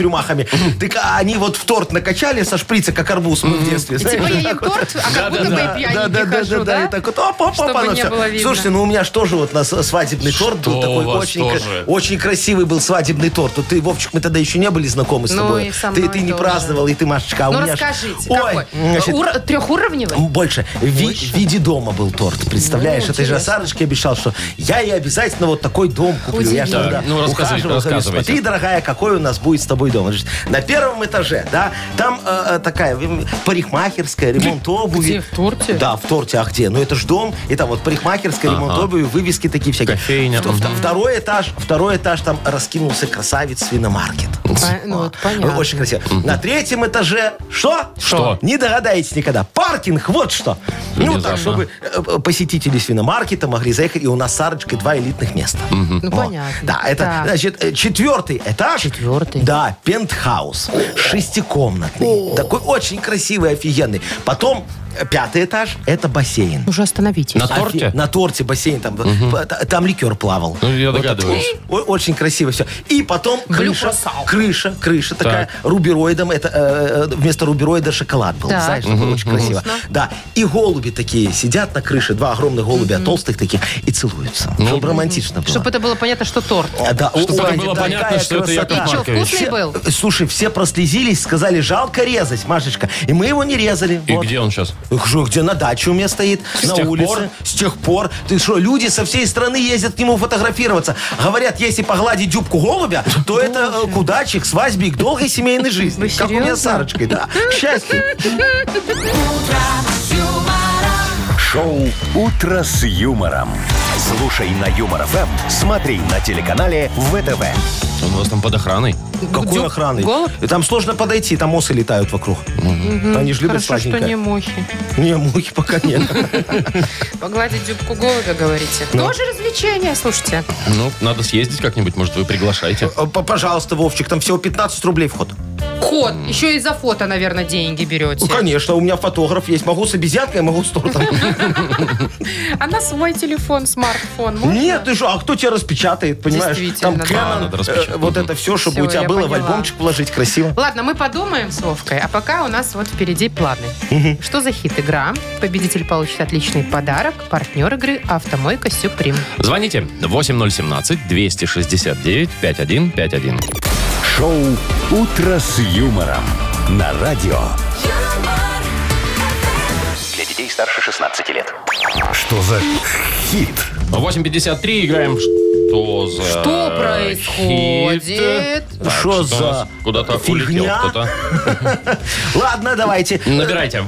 [CLEARS THROAT] рюмахами. Так а, они вот в торт накачали со шприца, как арбуз мы в детстве. [LAUGHS] знаешь, Типа я ем так вот. торт, а как будто бы и пьяненький хожу, и так вот, оп, оп, оп, Чтобы оно не всё. было видно. Слушайте, ну у меня же тоже вот на с- свадебный торт у был такой вас очень, кра- тоже? очень красивый был свадебный торт. Вот ты, Вовчик, мы тогда еще не были знакомы с Ну, тобой. и со ты, мной ты не тоже. праздновал, и ты, Машечка, а у Ну, меня ж- расскажите, Ой, какой? значит, Ур- Трехуровневый? М, Больше. В ви- в виде дома был торт. Представляешь, Ну, это же интересно. Сарочке обещал, что я ей обязательно вот такой дом куплю. Я ж Удивительно. тогда Так, ну, рассказывайте, ухаживал, говорю, рассказывайте. смотри, дорогая, какой у нас будет с тобой дом. Она говорит, На первом этаже, да, там э, э, такая м, парикмахерская, ремонт обуви. Где, в торте? Да, в торте, а где? Ну это ж дом, и там вот парикмахерская, ремонт обуви, вывески такие всякие. Кофейня. Вт- вт- Второй этаж, второй этаж, там раскинулся красавец свиномаркет. Пон- Ну, вот понятно. Очень красиво. На третьем этаже что? Что? Не догадаетесь никогда. Паркинг, вот что. Ну, Внезапно. так, чтобы э, э, посетители свиномаркета могли заехать, и у нас с Сарочкой два элитных места. Ну, О, понятно. Да, это, Так. значит, э, четвертый этаж. Четвертый. Да, пентхаус. Шестикомнатный. Такой очень красивый, офигенный. Потом э, пятый этаж это бассейн. Уже остановитесь. На торте? Офи- На торте бассейн там, п- т- там ликер плавал. Ну, я Вот это догадываюсь. вот. О- очень красиво все. И потом крыша, Блюпросал. крыша, крыша такая Так. рубероидом, это э, э, вместо рубероида шоколад был, Так. знаешь, такой очень красиво. Да. И голуби такие сидят на крыше, два огромных голубя, толстых таких, и целуются. Ну, Чтобы романтично было. Чтобы это было понятно, что торт. А, да, Чтобы ой, было такая понятно, что это красота. Яков э, И чё, Маркович. вкусный был? Слушай, все прослезились, сказали, жалко резать, Машечка. И мы его не резали. И Вот. где он сейчас? Эх, что, где на даче у меня стоит, на тех улице. пор? С тех пор. Ты что, люди со всей страны ездят к нему фотографироваться. Говорят, если погладить дюбку голубя, то это э, кудачик, свадьбе к долгой семейной жизни. Вы Как у меня с серьезно? Сарочкой, да. К счастью. Шоу «Утро с юмором». Слушай на Юмор ФМ, смотри на телеканале ВТВ. Он у вас там под охраной. Какой Дюб- охраной? голубь? И Там сложно подойти, там осы летают вокруг. Они же любят Хорошо, что сладенькое. не мухи. Не, мухи пока нет. Погладить дюбку голубя, говорите. Тоже развлечение, слушайте. Ну, надо съездить как-нибудь, может, вы приглашаете. Э, п- Пожалуйста, Вовчик, там всего 15 рублей вход. Кот. Еще и за фото, наверное, деньги берете. Ну, конечно, у меня фотограф есть. Могу с обезьянкой, могу с тортом. А на свой телефон, смартфон можно? Нет, ты что, а кто тебя распечатает, понимаешь? Действительно, Там да. Canon, А, надо распечатать. э, вот это все, чтобы Всё, у тебя я было в поняла. альбомчик вложить красиво. Ладно, мы подумаем с Вовкой, а пока у нас вот впереди планы. Что за хит-игра? Победитель получит отличный подарок. Партнер игры «Автомойка Сюприм». Звоните 8017-269-5151. Шоу «Утро с юмором» на радио. юмор, Для детей старше 16 лет. Что за хит? 8.53 играем. Что за Что происходит? хит? Так, Что у нас? за Куда-то фигня? улетел кто-то. Ладно, давайте. Набирайте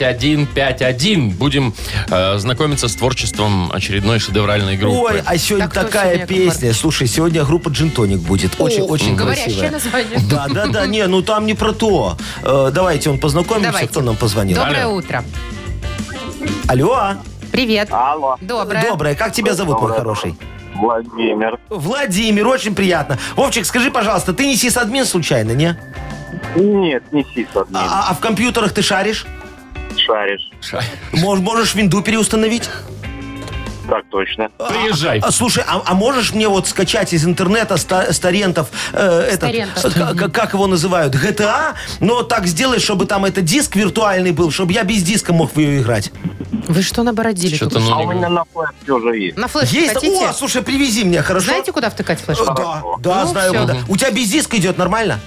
8017-269-5151. Будем э, знакомиться с творчеством очередной шедевральной группы. Ой, а сегодня Так точно, такая Яков песня. Маркович. Слушай, сегодня группа Джинтоник будет. Очень-очень Говорящее красивая. название. Да, да, да, не, ну там не про то. Э, Давайте он познакомимся, Давайте. кто нам позвонил. Доброе Алло. утро. Алло, Привет. Алло. Доброе. доброе, как тебя зовут, мой хороший? Владимир. Владимир, очень приятно. Вовчик, скажи, пожалуйста, ты не сисадмин случайно, не? Нет, не сисадмин. А, а в компьютерах ты шаришь? Шаришь. Мож- можешь винду переустановить? Так точно. Э, Приезжай. А, слушай, а, а можешь мне вот скачать из интернета ста- старентов, э, этот, Старентов. э, к- к- как его называют, GTA, но Ну, так сделай, чтобы там этот диск виртуальный был, чтобы я без диска мог в ее играть. Вы что набородили? Что-то, тут? ну, А не у меня на флешке уже есть. На флешку Есть? Э, хотите? О, слушай, привези мне, хорошо? Знаете, куда втыкать Э, флешку? Да, да, Ну, знаю всё. куда. У тебя без диска идет нормально?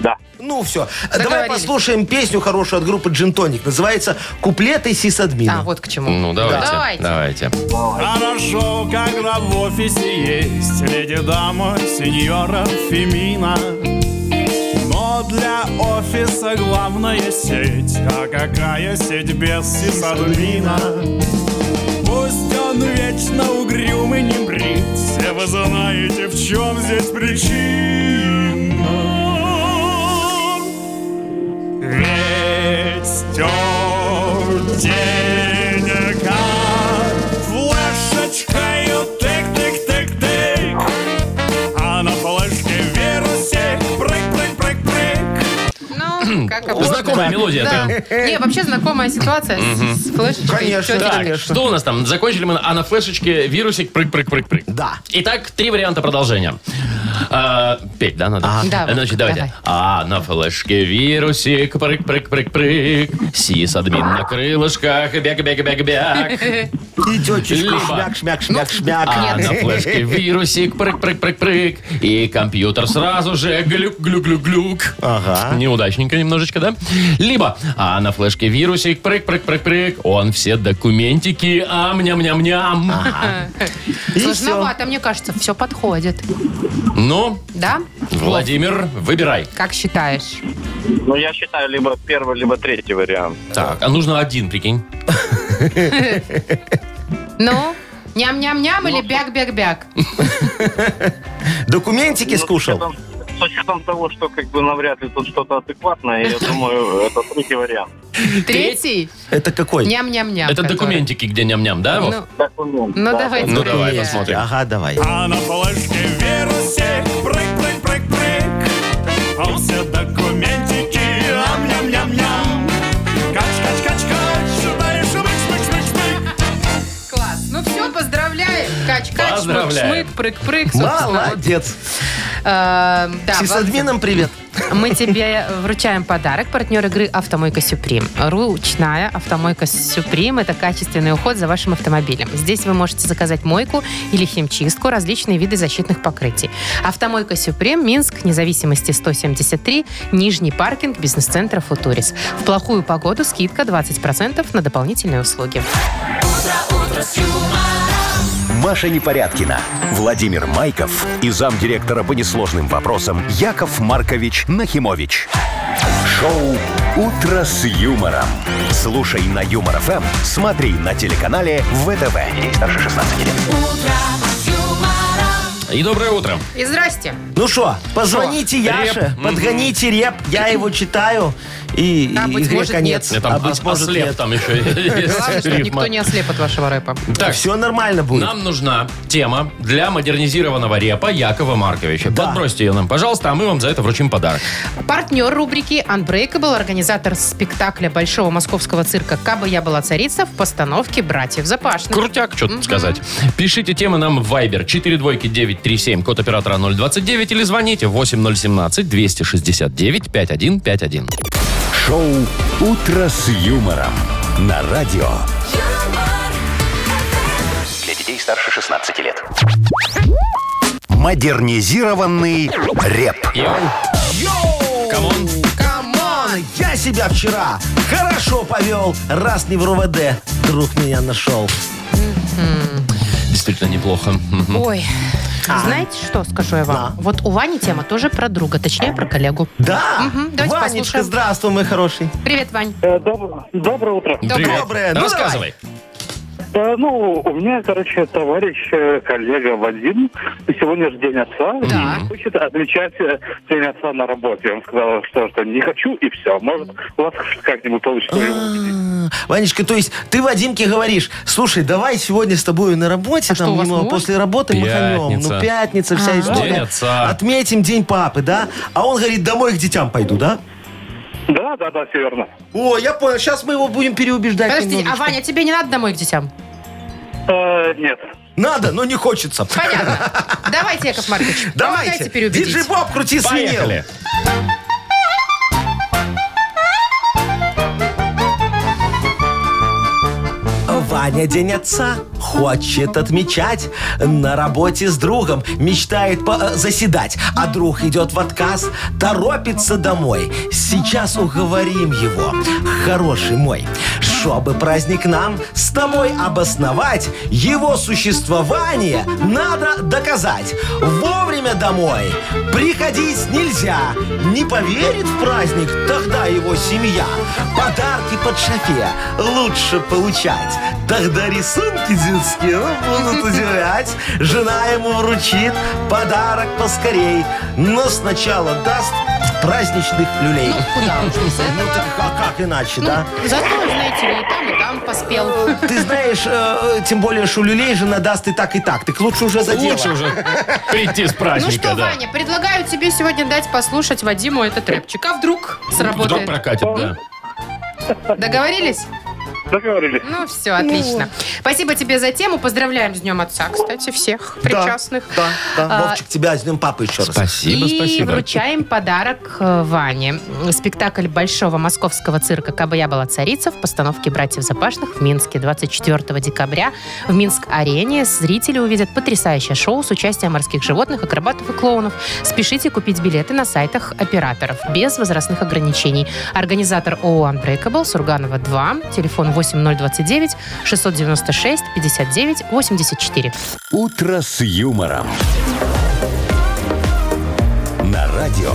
Да. Ну все. Давай Договорились. послушаем песню хорошую от группы Джинтоник. Называется «Куплеты сисадмина». А, вот к чему. Ну, давайте. Давайте. Давайте. Хорошо, когда в офисе есть леди дама, сеньора Фемина. Но для офиса главная сеть, а какая сеть без сисадмина? Пусть он вечно угрюмый не брит, все вы знаете, в чем здесь причина. Ведь он денега флешечкою тык-тык-тык-тык, а на флешке вирусик прыг-прыг-прыг-прыг. [COUGHS] Ну, как обычно. Знакомая мелодия, Да. Не, вообще знакомая ситуация с с флешечкой. Конечно, Чё- да. Так, что у нас там? Закончили мы, на- а на флешечке вирусик прыг-прыг-прыг-прыг. Да. Итак, три варианта продолжения. А, петь, да, надо? Э, ну, Да, Значит, давайте. давай. А на флешке вирусик прыг-прыг-прыг-прыг. Сис-админ на крылышках. Бяк-бяк-бяк-бяк. Идет Либо. шмяк, шмяк, Ну, шмяк, шмяк. А на флешке вирусик прыг-прыг-прык-прыг. И компьютер сразу же глюк-глюк-глюк-глюк. Ага. Неудачненько немножечко, да? Либо, а на флешке вирусик прыг-прык-прык-прык. Он все документики ам-ням-ням-ням. И всё. Сложновато, мне кажется, все подходит. Ну, Да? Владимир, выбирай. Как считаешь? Ну, я считаю, либо первый, либо третий вариант. Так, а нужно один, прикинь. Ну, ням-ням-ням Ну, или бяк-бяк-бяк? Ну, Документики скушал? Ну, С учетом, с учетом того, что как бы навряд ли тут что-то адекватное, я думаю, это третий вариант. Третий? Это какой? Ням-ням-ням. Это который. документики, где ням-ням, да? Вов? Ну, Документ. ну да. давайте. Ну, давай проверим. посмотрим. Ага, давай. А на флешке вирусик прыг-прыг-прыг-прыг. А все документики ам-ням-ням. Ну, Поздравляем. Прыг, прыг, прыг, собственно. вот, Молодец. э, да, С админом привет. Мы тебе вручаем подарок. Партнер игры «Автомойка Сюприм». Ручная автомойка «Сюприм» — это качественный уход за вашим автомобилем. Здесь вы можете заказать мойку или химчистку, различные виды защитных покрытий. «Автомойка Сюприм», Минск, независимости 173, Нижний паркинг, бизнес-центра «Футурис». В плохую погоду скидка 20% на дополнительные услуги. Маша Непорядкина, Владимир Майков и замдиректора по несложным вопросам Яков Маркович Нахимович. Шоу «Утро с юмором». Слушай на Юмор ФМ, смотри на телеканале ВТВ. Ей старше 16 лет. Ну. И доброе утро. И здрасте. Ну что, позвоните Яше, Реп. подгоните реп, я его читаю, и, А, и быть игре может, конец. А Я там быть ослеп там [LAUGHS] еще есть Главное, чтобы рифма. никто не ослеп от вашего рэпа. Так, Все нормально будет. нам нужна тема для модернизированного репа Якова Марковича. Да. Подбросьте ее нам, пожалуйста, а мы вам за это вручим подарок. Партнер рубрики Unbreakable, организатор спектакля Большого московского цирка «Кабы я была царица» в постановке «Братьев Запашных». Крутяк, что тут сказать. Пишите темы нам в Viber 42937, код оператора 029, или звоните 8017-269-5151. Шоу «Утро с юмором» на радио. Для детей старше 16 лет. Модернизированный реп. Йоу. Йоу! Камон. Камон! Я себя вчера хорошо повел, раз не в РУВД, друг меня нашел. Действительно неплохо. Мгм. Ой, знаете, что скажу я вам? Да. Вот у Вани тема тоже про друга, точнее про коллегу. Да, Мгм, давайте Ванечка, послушаем. здравствуй, мой хороший. Привет, Вань. Э, Доброе, утро. Привет. Доброе, ну Рассказывай. Да, ну, у меня, короче, товарищ, э, коллега Вадим, сегодня же день отца, Да. и хочет отмечать э, день отца на работе. Он сказал, что, что не хочу, и все. Может, у вас как-нибудь получится. А, Ванечка, то есть ты Вадимке говоришь, слушай, давай сегодня с тобой на работе, А что, у там вас мимо- можно? после работы мы хамем. Пятница. Ну, пятница, вся День история. отца. Отметим день папы, да? А он говорит, домой к детям пойду, да? Да, да, да, все верно. О, я понял, сейчас мы его будем переубеждать Подожди, а немножечко. Ваня, тебе не надо домой к детям? Э, нет. Надо, но не хочется. [LAUGHS] Понятно. Давайте, Яков Маркович, Давайте, помогайте переубедить. диджей Боб, крути свинил. Поехали. Ваня день отца хочет отмечать На работе с другом мечтает по- э, заседать А друг идет в отказ, торопится домой Сейчас уговорим его, хороший мой Чтобы праздник нам с тобой обосновать Его существование надо доказать Вовремя домой приходить нельзя Не поверит в праздник тогда его семья Подарки под шофе лучше получать. Тогда рисунки детские ну, будут удивлять. Жена ему вручит подарок поскорей. Но сначала даст праздничных люлей. Куда уж без этого? Ну так а как иначе, да? Зато, знаете ли, и там, и там поспел. Ну Ты знаешь, э, тем более, что люлей жена даст и так, и так. Так лучше уже за дело. Лучше [LAUGHS] уже прийти с Ну что, праздника, да. Ваня, предлагаю тебе сегодня дать послушать Вадиму этот рэпчик. А вдруг Вдруг сработает? прокатит, да. Договорились? Договорились. Ну все, отлично. Спасибо тебе за тему. Поздравляем с Днем Отца, кстати, всех причастных. Да, да. А, Вовчик, тебя с днем папы еще раз. Спасибо, и спасибо. вручаем подарок э, Ване. Спектакль Большого московского цирка «Кабы я была царица» в постановке «Братьев Запашных» в Минске 24 декабря в Минск-арене. Зрители увидят потрясающее шоу с участием морских животных, акробатов и клоунов. Спешите купить билеты на сайтах операторов без возрастных ограничений. Организатор ООО Unbreakable, Сурганова 2, телефон 8029 696 59 84. «Утро с юмором». На радио.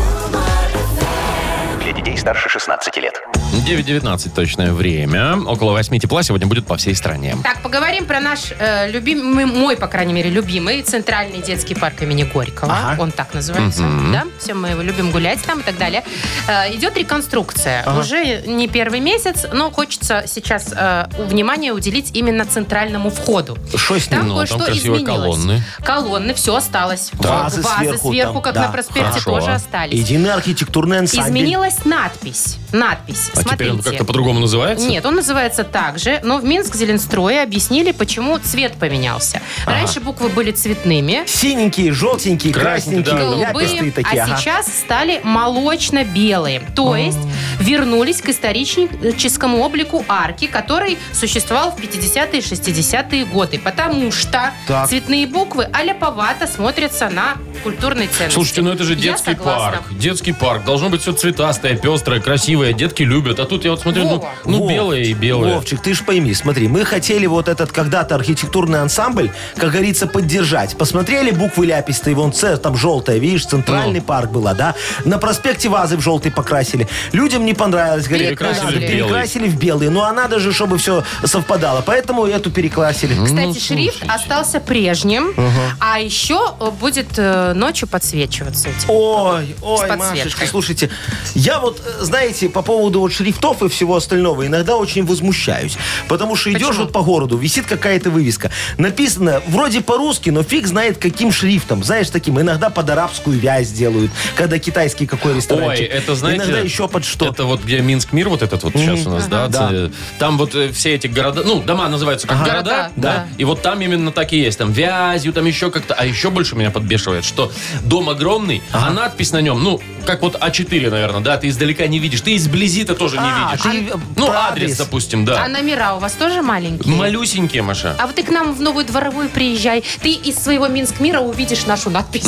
Для детей старше 16 лет. 9.19 точное время. Около 8 тепла сегодня будет по всей стране. Так, поговорим про наш э, любимый, мой, по крайней мере, любимый центральный детский парк имени Горького. Ага. Он так называется, да? Все мы его любим гулять там и так далее. Э, идет реконструкция. Уже не первый месяц, но хочется сейчас э, внимание уделить именно центральному входу. Что с ним? Там Ну, кое-что там красивые изменилось. колонны. Колонны, все осталось. Вазы сверху сверху, там, как да. на проспекте, Хорошо. тоже остались. Единый архитектурный ансамбль. Изменилась надпись. Надпись. А, типа, теперь он смотрите. как-то по-другому называется? Нет, он называется так же, но в Минск Зеленстрое объяснили, почему цвет поменялся. Раньше буквы были цветными, Синенькие, желтенькие, Красненькие, красненькие, голубые, ляпистые такие. а ага. сейчас стали молочно-белые. То есть вернулись к историческому облику арки, который существовал в 50-е и 60-е годы. Потому что Так. цветные буквы аляповато смотрятся на культурной ценности. Слушайте, ну это же Я детский согласна. парк. Детский парк. Должно быть все цветастое, пестрое, красивое. Детки любят. А тут я вот смотрю, ну, Вова. ну Вов, белое и белое. Вовчик, ты ж пойми, смотри, мы хотели вот этот когда-то архитектурный ансамбль, как говорится, поддержать. Посмотрели буквы ляпистые, вон ц, там желтая, видишь, Ну. центральный парк была, да? На проспекте вазы в желтый покрасили. Людям не понравилось, говорят, Перекрасили «Надо», в белый. перекрасили в белый. Ну а надо же, чтобы все совпадало. Поэтому эту перекрасили. Кстати, Ну, шрифт остался прежним, а еще э, будет э, ночью подсвечиваться. эти Ой, ой, подсветкой. Машечка, слушайте, я вот, э, знаете, по поводу вот шрифтов и всего остального иногда очень возмущаюсь, потому что идешь Почему? вот по городу, висит какая-то вывеска, написано вроде по-русски, но фиг знает каким шрифтом, знаешь, таким, иногда под арабскую вязь делают, когда китайский какой Ой, ресторанчик. это знаете... Иногда еще под что. Это вот где Минск Мир вот этот вот сейчас у нас, да? Ага. ц- Там вот э, все эти города, ну, дома называются как Ага. города, Города, да. да. И вот там именно так и есть. Там Вязью, там еще как-то. А еще больше меня подбешивает, что дом огромный, а надпись на нем, ну, как вот А4, наверное, да? Ты издалека не видишь. Ты изблизи-то тоже А, не видишь. ты, э, Ну, про адрес, адрес. допустим, да. А номера у вас тоже маленькие? Малюсенькие, Маша. А вот ты к нам в Новую Дворовую приезжай. Ты из своего Минск-мира увидишь нашу [LAUGHS] надпись.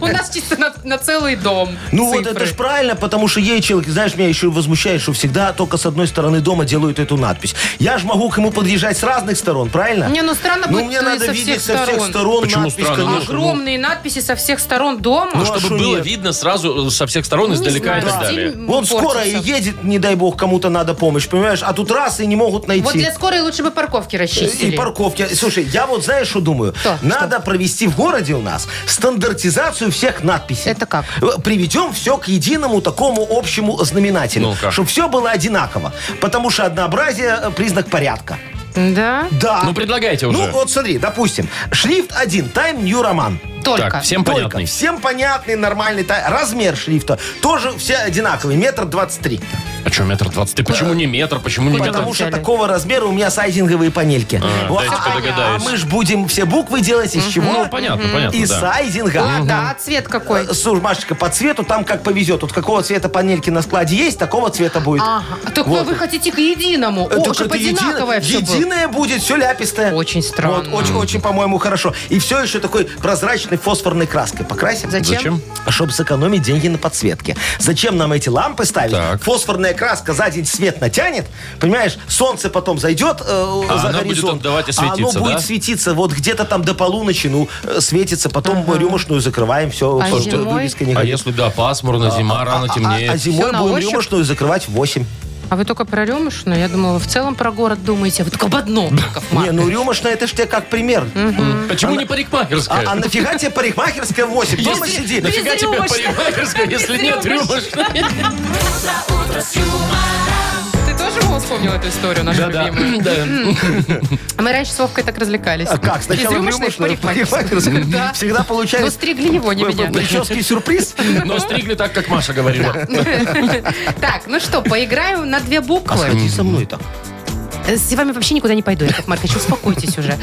У нас чисто на- на целый дом Ну вот цифры. это ж правильно, потому что ей человек, знаешь, меня еще возмущает, что всегда только с одной стороны дома делают эту надпись. Я ж могу к ему подъезжать с разных сторон, правильно? Не, ну странно Ну, будет, мне э, надо со видеть всех со всех сторон. сторон Почему надпись, странно? конечно. Ну, Огромные надписи со всех сторон дома. Ну, Чтобы а шо было нет? видно сразу э, со всех сторон, Не издалека и знаю, так стиль далее. Вот скоро портится. и едет, не дай бог, кому-то надо помощь, понимаешь? А тут раз и не могут найти. Вот для скорой лучше бы парковки И расчистили. парковки. Слушай, я вот знаешь, что думаю? Что? Надо провести в городе у нас стандартизацию всех надписей. Это как? Э, Приведем все к единому такому общему знаменателю. Ну, как? Чтобы все было одинаково. Потому что однообразие э, признак порядка. Да? Да. Ну, предлагайте уже. Ну, вот смотри, допустим, шрифт 1, Time New Roman. Только. Так, всем Только. понятный. Всем понятный, нормальный та- размер шрифта. Тоже все одинаковые, метр двадцать три. А что, метр двадцать? Ты Э, почему не метр? Почему не метр? Потому что взяли. такого размера у меня сайдинговые панельки. Вот, дайте а- подогадаюсь. А мы же будем все буквы делать из чего? Ну, понятно, понятно, Из да. сайдинга. Ладно, а цвет какой? Э, Слушай, Машечка, по цвету там как повезет. Вот какого цвета панельки на складе есть, такого цвета будет. Ага. А, Так вы хотите к единому. Э, О, так чтобы это еди- одинаковое все было. единое будет, все ляпистое. Очень странно. Вот, очень, очень, по-моему, хорошо. И все еще такой прозрачной фосфорной краской покрасим. Зачем? Чтобы сэкономить деньги на подсветке. Зачем нам эти лампы ставить? Так. Фосфорная краска за день свет натянет, понимаешь? Солнце потом зайдет э, за А она будет горизонт. отдавать и А оно светиться, будет да? светиться вот где-то там до полуночи, ну, э, светится, потом мы рюмошную закрываем, все, А чтобы зимой? вывеска не А горела. если, да, пасмурно, зима, рано темнеет. А, а зимой Всё на будем ощупь? рюмошную закрывать в 8. А вы только про Ремушину? Я думала, вы в целом про город думаете. А Вы только об одном, Яков Не, Маркович. ну рюмошная, это ж тебе как пример. Почему не парикмахерская? А, а нафига тебе парикмахерская в 8? Дома Если- сиди. Нафига Без тебе рюмочной. парикмахерская, если Без нет рюмочной. рюмочной? Ты тоже Вова, вспомнил эту историю, нашу Да-да. [CLEARS THROAT] любимую? Да. А мы раньше с Вовкой так развлекались. А как? Сначала Из рюмочной в рюмошная, парикмахерскую. парикмахерская. Да. Всегда получается... Ну, стригли его, не меня. Прически сюрприз. Но стригли так, как Маша говорила. Так, ну что, поиграю на две буквы. Сходи со мной так. Э, С вами вообще никуда не пойду, Яков Маркович, успокойтесь уже.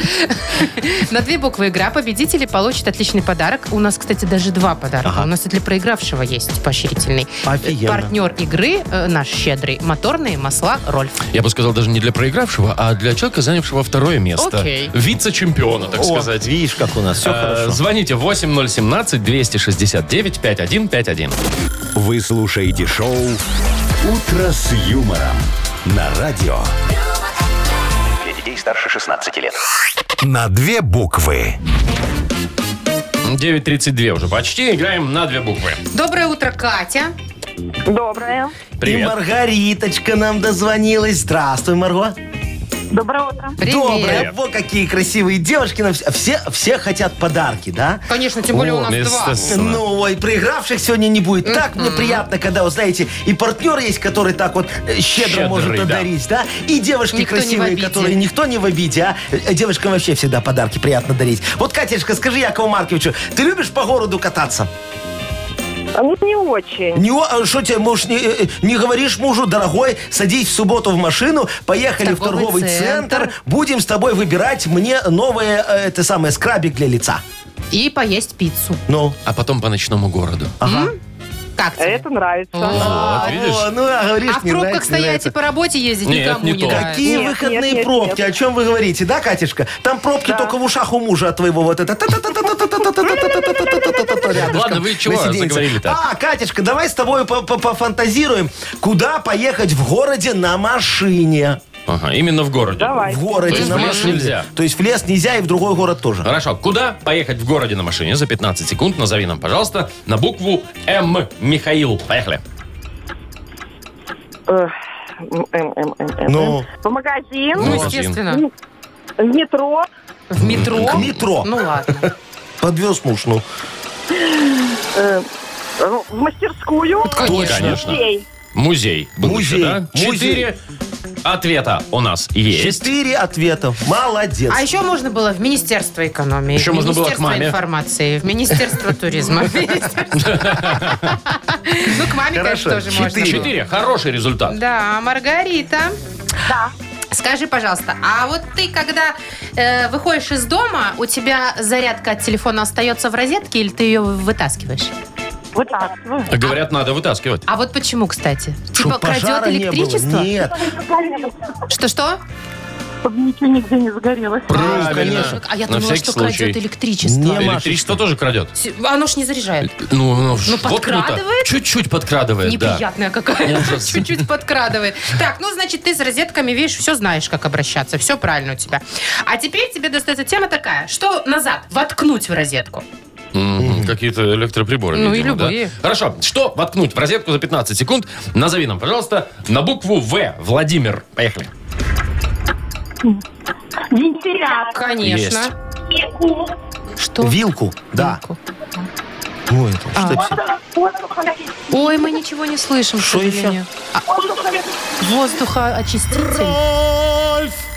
[LAUGHS] На две буквы игра. Победители получат отличный подарок. У нас, кстати, даже два подарка. У нас и для проигравшего есть поощрительный. Офигенно. Партнер игры э, наш щедрый. Моторные масла Рольф. Я бы сказал, даже не для проигравшего, а для человека, занявшего второе место. Окей. Вице-чемпиона, так О, сказать. видишь, как у нас все Э, хорошо. Звоните 8017-269-5151. Вы слушаете шоу «Утро с юмором» на радио. Для детей старше 16 лет. На две буквы. 9.32 уже почти. Играем на две буквы. Доброе утро, Катя. Доброе. И Привет. Маргариточка нам дозвонилась. Здравствуй, Марго. Доброе утро. Привет. Доброе. Во, какие красивые девушки. нам вс- Все, все хотят подарки, да? Конечно, тем более у О, нас два. естественно. Ну, ой, проигравших сегодня не будет. Так мне приятно, когда, вот знаете, и партнер есть, который так вот э, щедро Щедрый, может да. одарить, да? И девушки Никто не в красивые, обиде. которые никто не в обиде, а? Э, Девушкам вообще всегда подарки приятно дарить. Вот, Катечка, скажи Якову Марковичу, ты любишь по городу кататься? А Ну, не очень. Не, о- а что тебе, муж, не, э, не говоришь мужу, дорогой, садись в субботу в машину, поехали в Торговый торговый центр. центр, будем с тобой выбирать мне новое, э, это самое, скрабик для лица. И поесть пиццу. Ну, А потом по ночному городу. ага. Как А тебе? Это нравится. Вот, О, видишь? ну, а говоришь, А в не пробках нравится, не стоять и нравится. по работе ездить Нет, никому не не то. нравится. Какие Нет, выходные нет, нет, пробки? нет. О чем вы говорите, да, Катюшка? Там пробки только в ушах у мужа от твоего вот это. рядышком Ладно, вы чего на сиденьце. заговорили-то? А, Катюшка, давай с тобой по- по- пофантазируем, куда поехать в городе на машине. Ага, именно в городе. Давай. В городе То есть на в лес машине. нельзя? То есть в лес нельзя и в другой город тоже. Хорошо, куда поехать в городе на машине за 15 секунд? Назови нам, пожалуйста, на букву М. Михаил, поехали. Эх, эм, м, м, м, м, м. Ну. В магазин, Ну, Магазин. естественно. в метро, В метро. К метро. Ну ладно. Подвез муж, ну. э, ну, в мастерскую. Ну, Конечно. Музей. Музей. был Музей. еще, да? Музей. Четыре ответа у нас есть. Четыре ответа. Молодец. А еще можно было в Министерство экономии, Еще в можно было к Министерство маме. информации, в Министерство [LAUGHS] туризма. в министерство- Ну, к маме, конечно, Хорошо, тоже можно. четыре. было. Четыре. Хороший результат. Да, Маргарита, Да. скажи, пожалуйста, а вот ты, когда э, выходишь из дома, у тебя зарядка от телефона остается в розетке или ты ее вытаскиваешь? Вот так. Ну, Говорят, надо вытаскивать. А вот почему, кстати? Чтоб Типа крадет пожара не было. электричество? Нет. Что-что? Чтобы ничего нигде не загорелось. Правильно. конечно. А я На думала, всякий что случай. А, крадет электричество. Не, Электричество тоже крадет. С- Оно ж не заряжает. Ну, ну, ш- вот подкрадывает? круто. Чуть-чуть подкрадывает, Э, да. Неприятная какая. [LAUGHS] Ужас. Чуть-чуть подкрадывает. Так, ну, значит, ты с розетками, видишь, все знаешь, как обращаться. Все правильно у тебя. А теперь тебе достается тема такая. Что назад? Воткнуть в розетку. Мгм, Какие-то электроприборы. Ну, и видимо, да. любые. Хорошо. Что воткнуть в розетку за 15 секунд? Назови нам, пожалуйста, на букву В. Владимир. Поехали. Вентилятор. Конечно. Что? Вилку, да. Вилку. Ой, это что это всё? Ой, мы ничего не слышим, к Что еще? сожалению. А- Воздухоочиститель.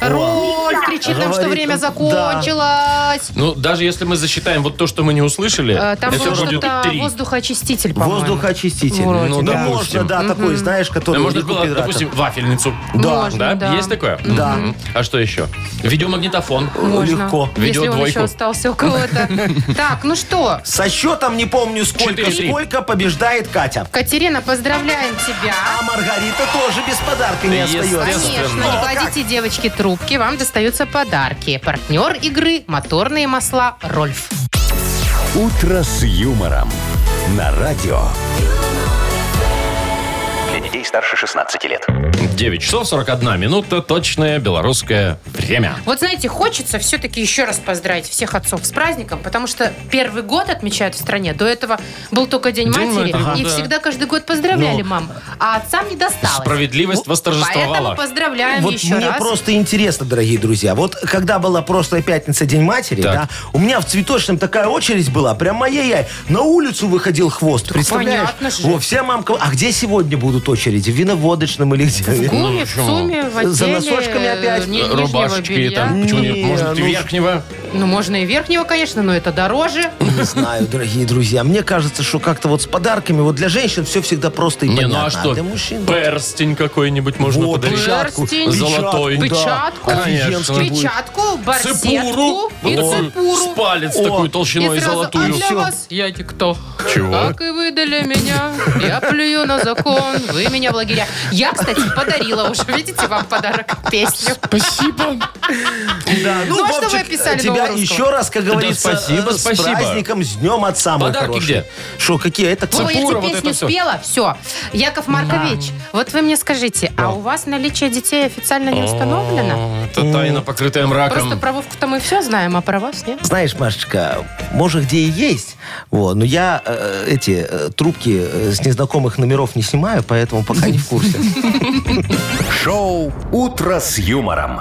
Роль кричит нам, что Говорит, время да. закончилось. Ну, даже если мы засчитаем вот то, что мы не услышали, Э, Там это было будет что-то три. воздухоочиститель, по-моему. Воздухоочиститель. Вроде, Ну, Ну, да. можно, да, такой, знаешь, Да, который... можно было, рекуператор. допустим, вафельницу. Да. Можно, да. Есть такое? Да. Мгм. А что еще? Видеомагнитофон. Можно, Легко. Ведет если он двойку. еще остался у [LAUGHS] кого-то. Так, ну что, Со счетом не помню сколько, 4-3. сколько побеждает Катя. Катерина, поздравляем тебя. А Маргарита тоже без подарка не Естественно. остается. Конечно, не кладите девочки трубки, вам достаются подарки. Партнер игры «Моторные масла Рольф». «Утро с юмором» на радио. Для детей старше 16 лет. 9 часов 41 минута. Точное белорусское время. Вот знаете, хочется все-таки еще раз поздравить всех отцов с праздником, потому что первый год отмечают в стране. До этого был только День, День матери, матери, и да. Ну, всегда каждый год поздравляли мам, а отцам не досталось. Ну, Справедливость восторжествовала. Поэтому поздравляем Вот еще мне раз. просто интересно, дорогие друзья. Вот когда была прошлая пятница День матери, Так. да, у меня в цветочном такая очередь была, прям моя На улицу выходил хвост. представляешь? понятно же. Во, вся мамка. А где сегодня будут очереди? В виноводочном или где? В гуме, ну, в сумме, в отделе, За носочками опять? ни- нижнего Рубашечки белья. там. Почему нет? Не, Может, и ну, верхнего? Ну, можно и верхнего, конечно, но это дороже. Не знаю, дорогие друзья. Мне кажется, что как-то вот с подарками, вот для женщин все всегда просто и Не, понятно. ну а что? для мужчин... Перстень какой-нибудь можно Вот, подарить. печатку. Перстень. Золотой. Печатку, да. Печатку. Офигенский Конечно. будет. Печатку, барсетку Цепуру. и Вот такую, цепуру. С палец О. такую И толщиной и сразу, золотую. а для Всё. вас я никто. Чего? Как и вы для меня, я плюю на закон, вы меня в лагеря. Я, кстати, подарила уже, видите, вам подарок песню. Спасибо. Да, Ну, а что вы описали тебя нового русского? еще раз, как говорится, спасибо, э, с спасибо. праздником, с днем отца, мой Подарки хороший. где? Что, какие? Это Вова, я Цепура, тебе вот песню это всё. спела, все. Яков Маркович, вот вы мне скажите, а у вас наличие детей официально не установлено? О, Это тайна, покрытая А Просто мраком. про Вовку-то мы все знаем, а про вас нет. Знаешь, Машечка, может, где и есть, вот, но я э, эти э, трубки э, с незнакомых номеров не снимаю, поэтому пока не в курсе. Шоу «Утро с юмором».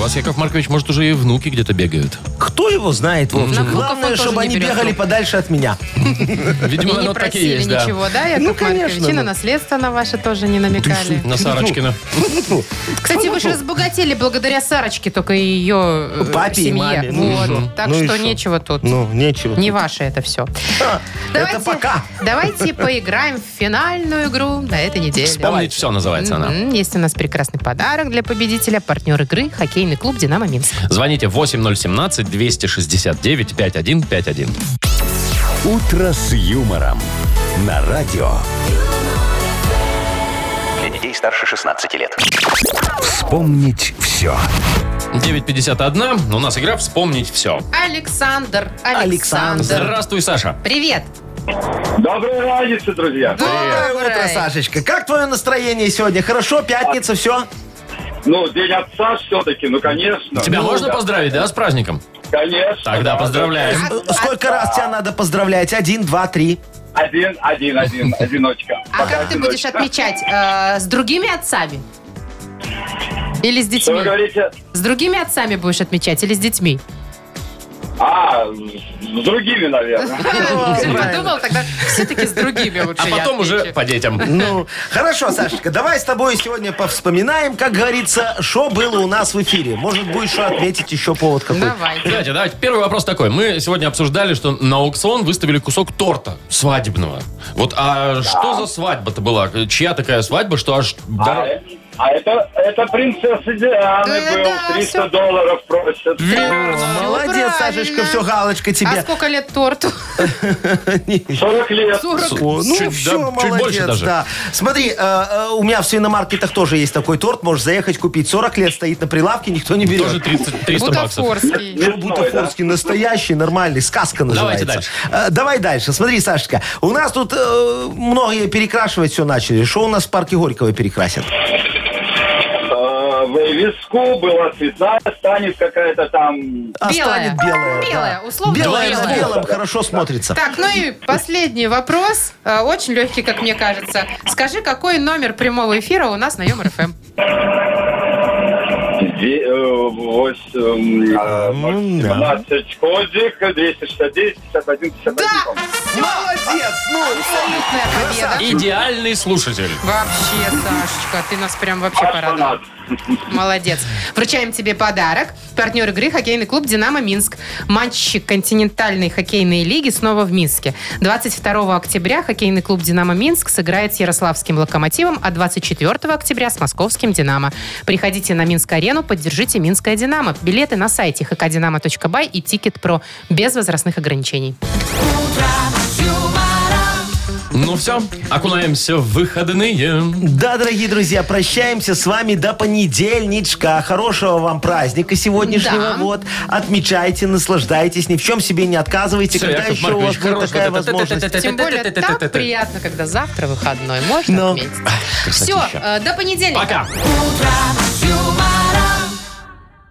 вас, Яков Маркович, может, уже и внуки где-то [LAUGHS] бегают. Кто его знает, Вовчик? внуков он Главное, тоже чтобы не они берет бегали трубку. подальше от меня. И Видимо, не оно так и просили есть, да. ничего, да, Яков Ну, Маркович? конечно, И на ну. наследство на ваше тоже не намекали. На Сарочкина. Кстати, вы же разбогатели благодаря Сарочке, только и ее э, Папе и семье. маме. Ну и Вот. что? Так Ну и что что? нечего тут. Ну, нечего. Не ваше это все. Ха, [LAUGHS] Это пока. [LAUGHS] Давайте поиграем в финальную игру на этой неделе. Вспомнить все называется она. Мгм. Есть у нас прекрасный подарок для победителя. Партнер игры – хоккейный клуб «Динамо Минск». Звоните 8017-269-5151. «Утро с юмором» на радио. Для детей старше 16 лет. Вспомнить все. 951. У нас игра «Вспомнить все». Александр, Александр. Александр. Здравствуй, Саша. Привет. Доброй разницы, друзья. Доброе Доброе. утро, Сашечка. Как твое настроение сегодня? Хорошо? Пятница, все? Ну, день отца все-таки, ну, конечно. Тебя Ну, можно да, поздравить, да, с праздником? Конечно. Тогда да, поздравляем. А- а- Сколько раз тебя надо поздравлять? Один, два, три. да. Один, один, один, одиночка. А Пока как ты будешь одиночка. отмечать? э, С другими отцами? Или с Что вы детьми? говорите? С другими отцами будешь отмечать или с детьми? А, с другими, наверное. Ты подумал, тогда все-таки с другими лучше А я потом уже отмечу. по детям. [LAUGHS] Ну, хорошо, Сашечка, давай с тобой сегодня повспоминаем, как говорится, что было у нас в эфире. Может, будет что отметить еще повод какой-то. Давай. Давайте, давайте. Первый вопрос такой. Мы сегодня обсуждали, что на аукцион выставили кусок торта свадебного. Вот, а что за свадьба-то была? Чья такая свадьба, что аж... А, дор- э- а это, это принцесса Диана Да, был, да, 300 всё. долларов просит. Верно. Молодец, правильно. Сашечка, все, галочка А тебе. сколько лет торту? 40 лет. 40. О, ну Чуть, все, да, чуть молодец, больше даже. да. Смотри, э, э, у меня в свиномаркетах тоже есть такой торт, можешь заехать купить. 40 лет стоит на прилавке, никто не берет. Тоже 30, 300 баксов. Бутафорский. Что бутафорский, Ну, настоящий, нормальный, сказка Давайте называется. Э, давай дальше. Смотри, Сашечка, у нас тут э, многие перекрашивать все начали. Что у нас в парке Горького перекрасят? Э, Вывеску была цветная, станет какая-то там... А Белая. станет белая. Белая, да. условно Белая на белая. белом хорошо смотрится. Так, ну и последний вопрос. э, Очень легкий, как мне кажется. Скажи, какой номер прямого эфира у нас на Эм? Юмор-ФМ? де- э, восемь, э, М, да. 17 кодик, 269, 51, 51. Да! Молодец! Ну, Абсолютная победа. Идеальный слушатель. Вообще, Сашечка, ты нас прям вообще порадовал. Фанат. Молодец. Вручаем тебе подарок. Партнер игры – хоккейный клуб «Динамо Минск». Матчи континентальной хоккейной лиги снова в Минске. 22 октября хоккейный клуб «Динамо Минск» сыграет с Ярославским «Локомотивом», а 24 октября с московским «Динамо». Приходите на Минск-арену, поддержите «Минское Динамо». Билеты на сайте hkdinamo.by и Тикет Про без возрастных ограничений. Ну все, окунаемся в выходные. Да, дорогие друзья, прощаемся с вами до понедельничка. Хорошего вам праздника сегодняшнего. Да. Вот. Отмечайте, наслаждайтесь, ни в чем себе не отказывайте, Всё, когда Яков еще у вас Маркович, будет хорош. такая возможность. Тем более так приятно, когда завтра выходной. Можно Ну. отметить. Все, э, до понедельника. Пока. утро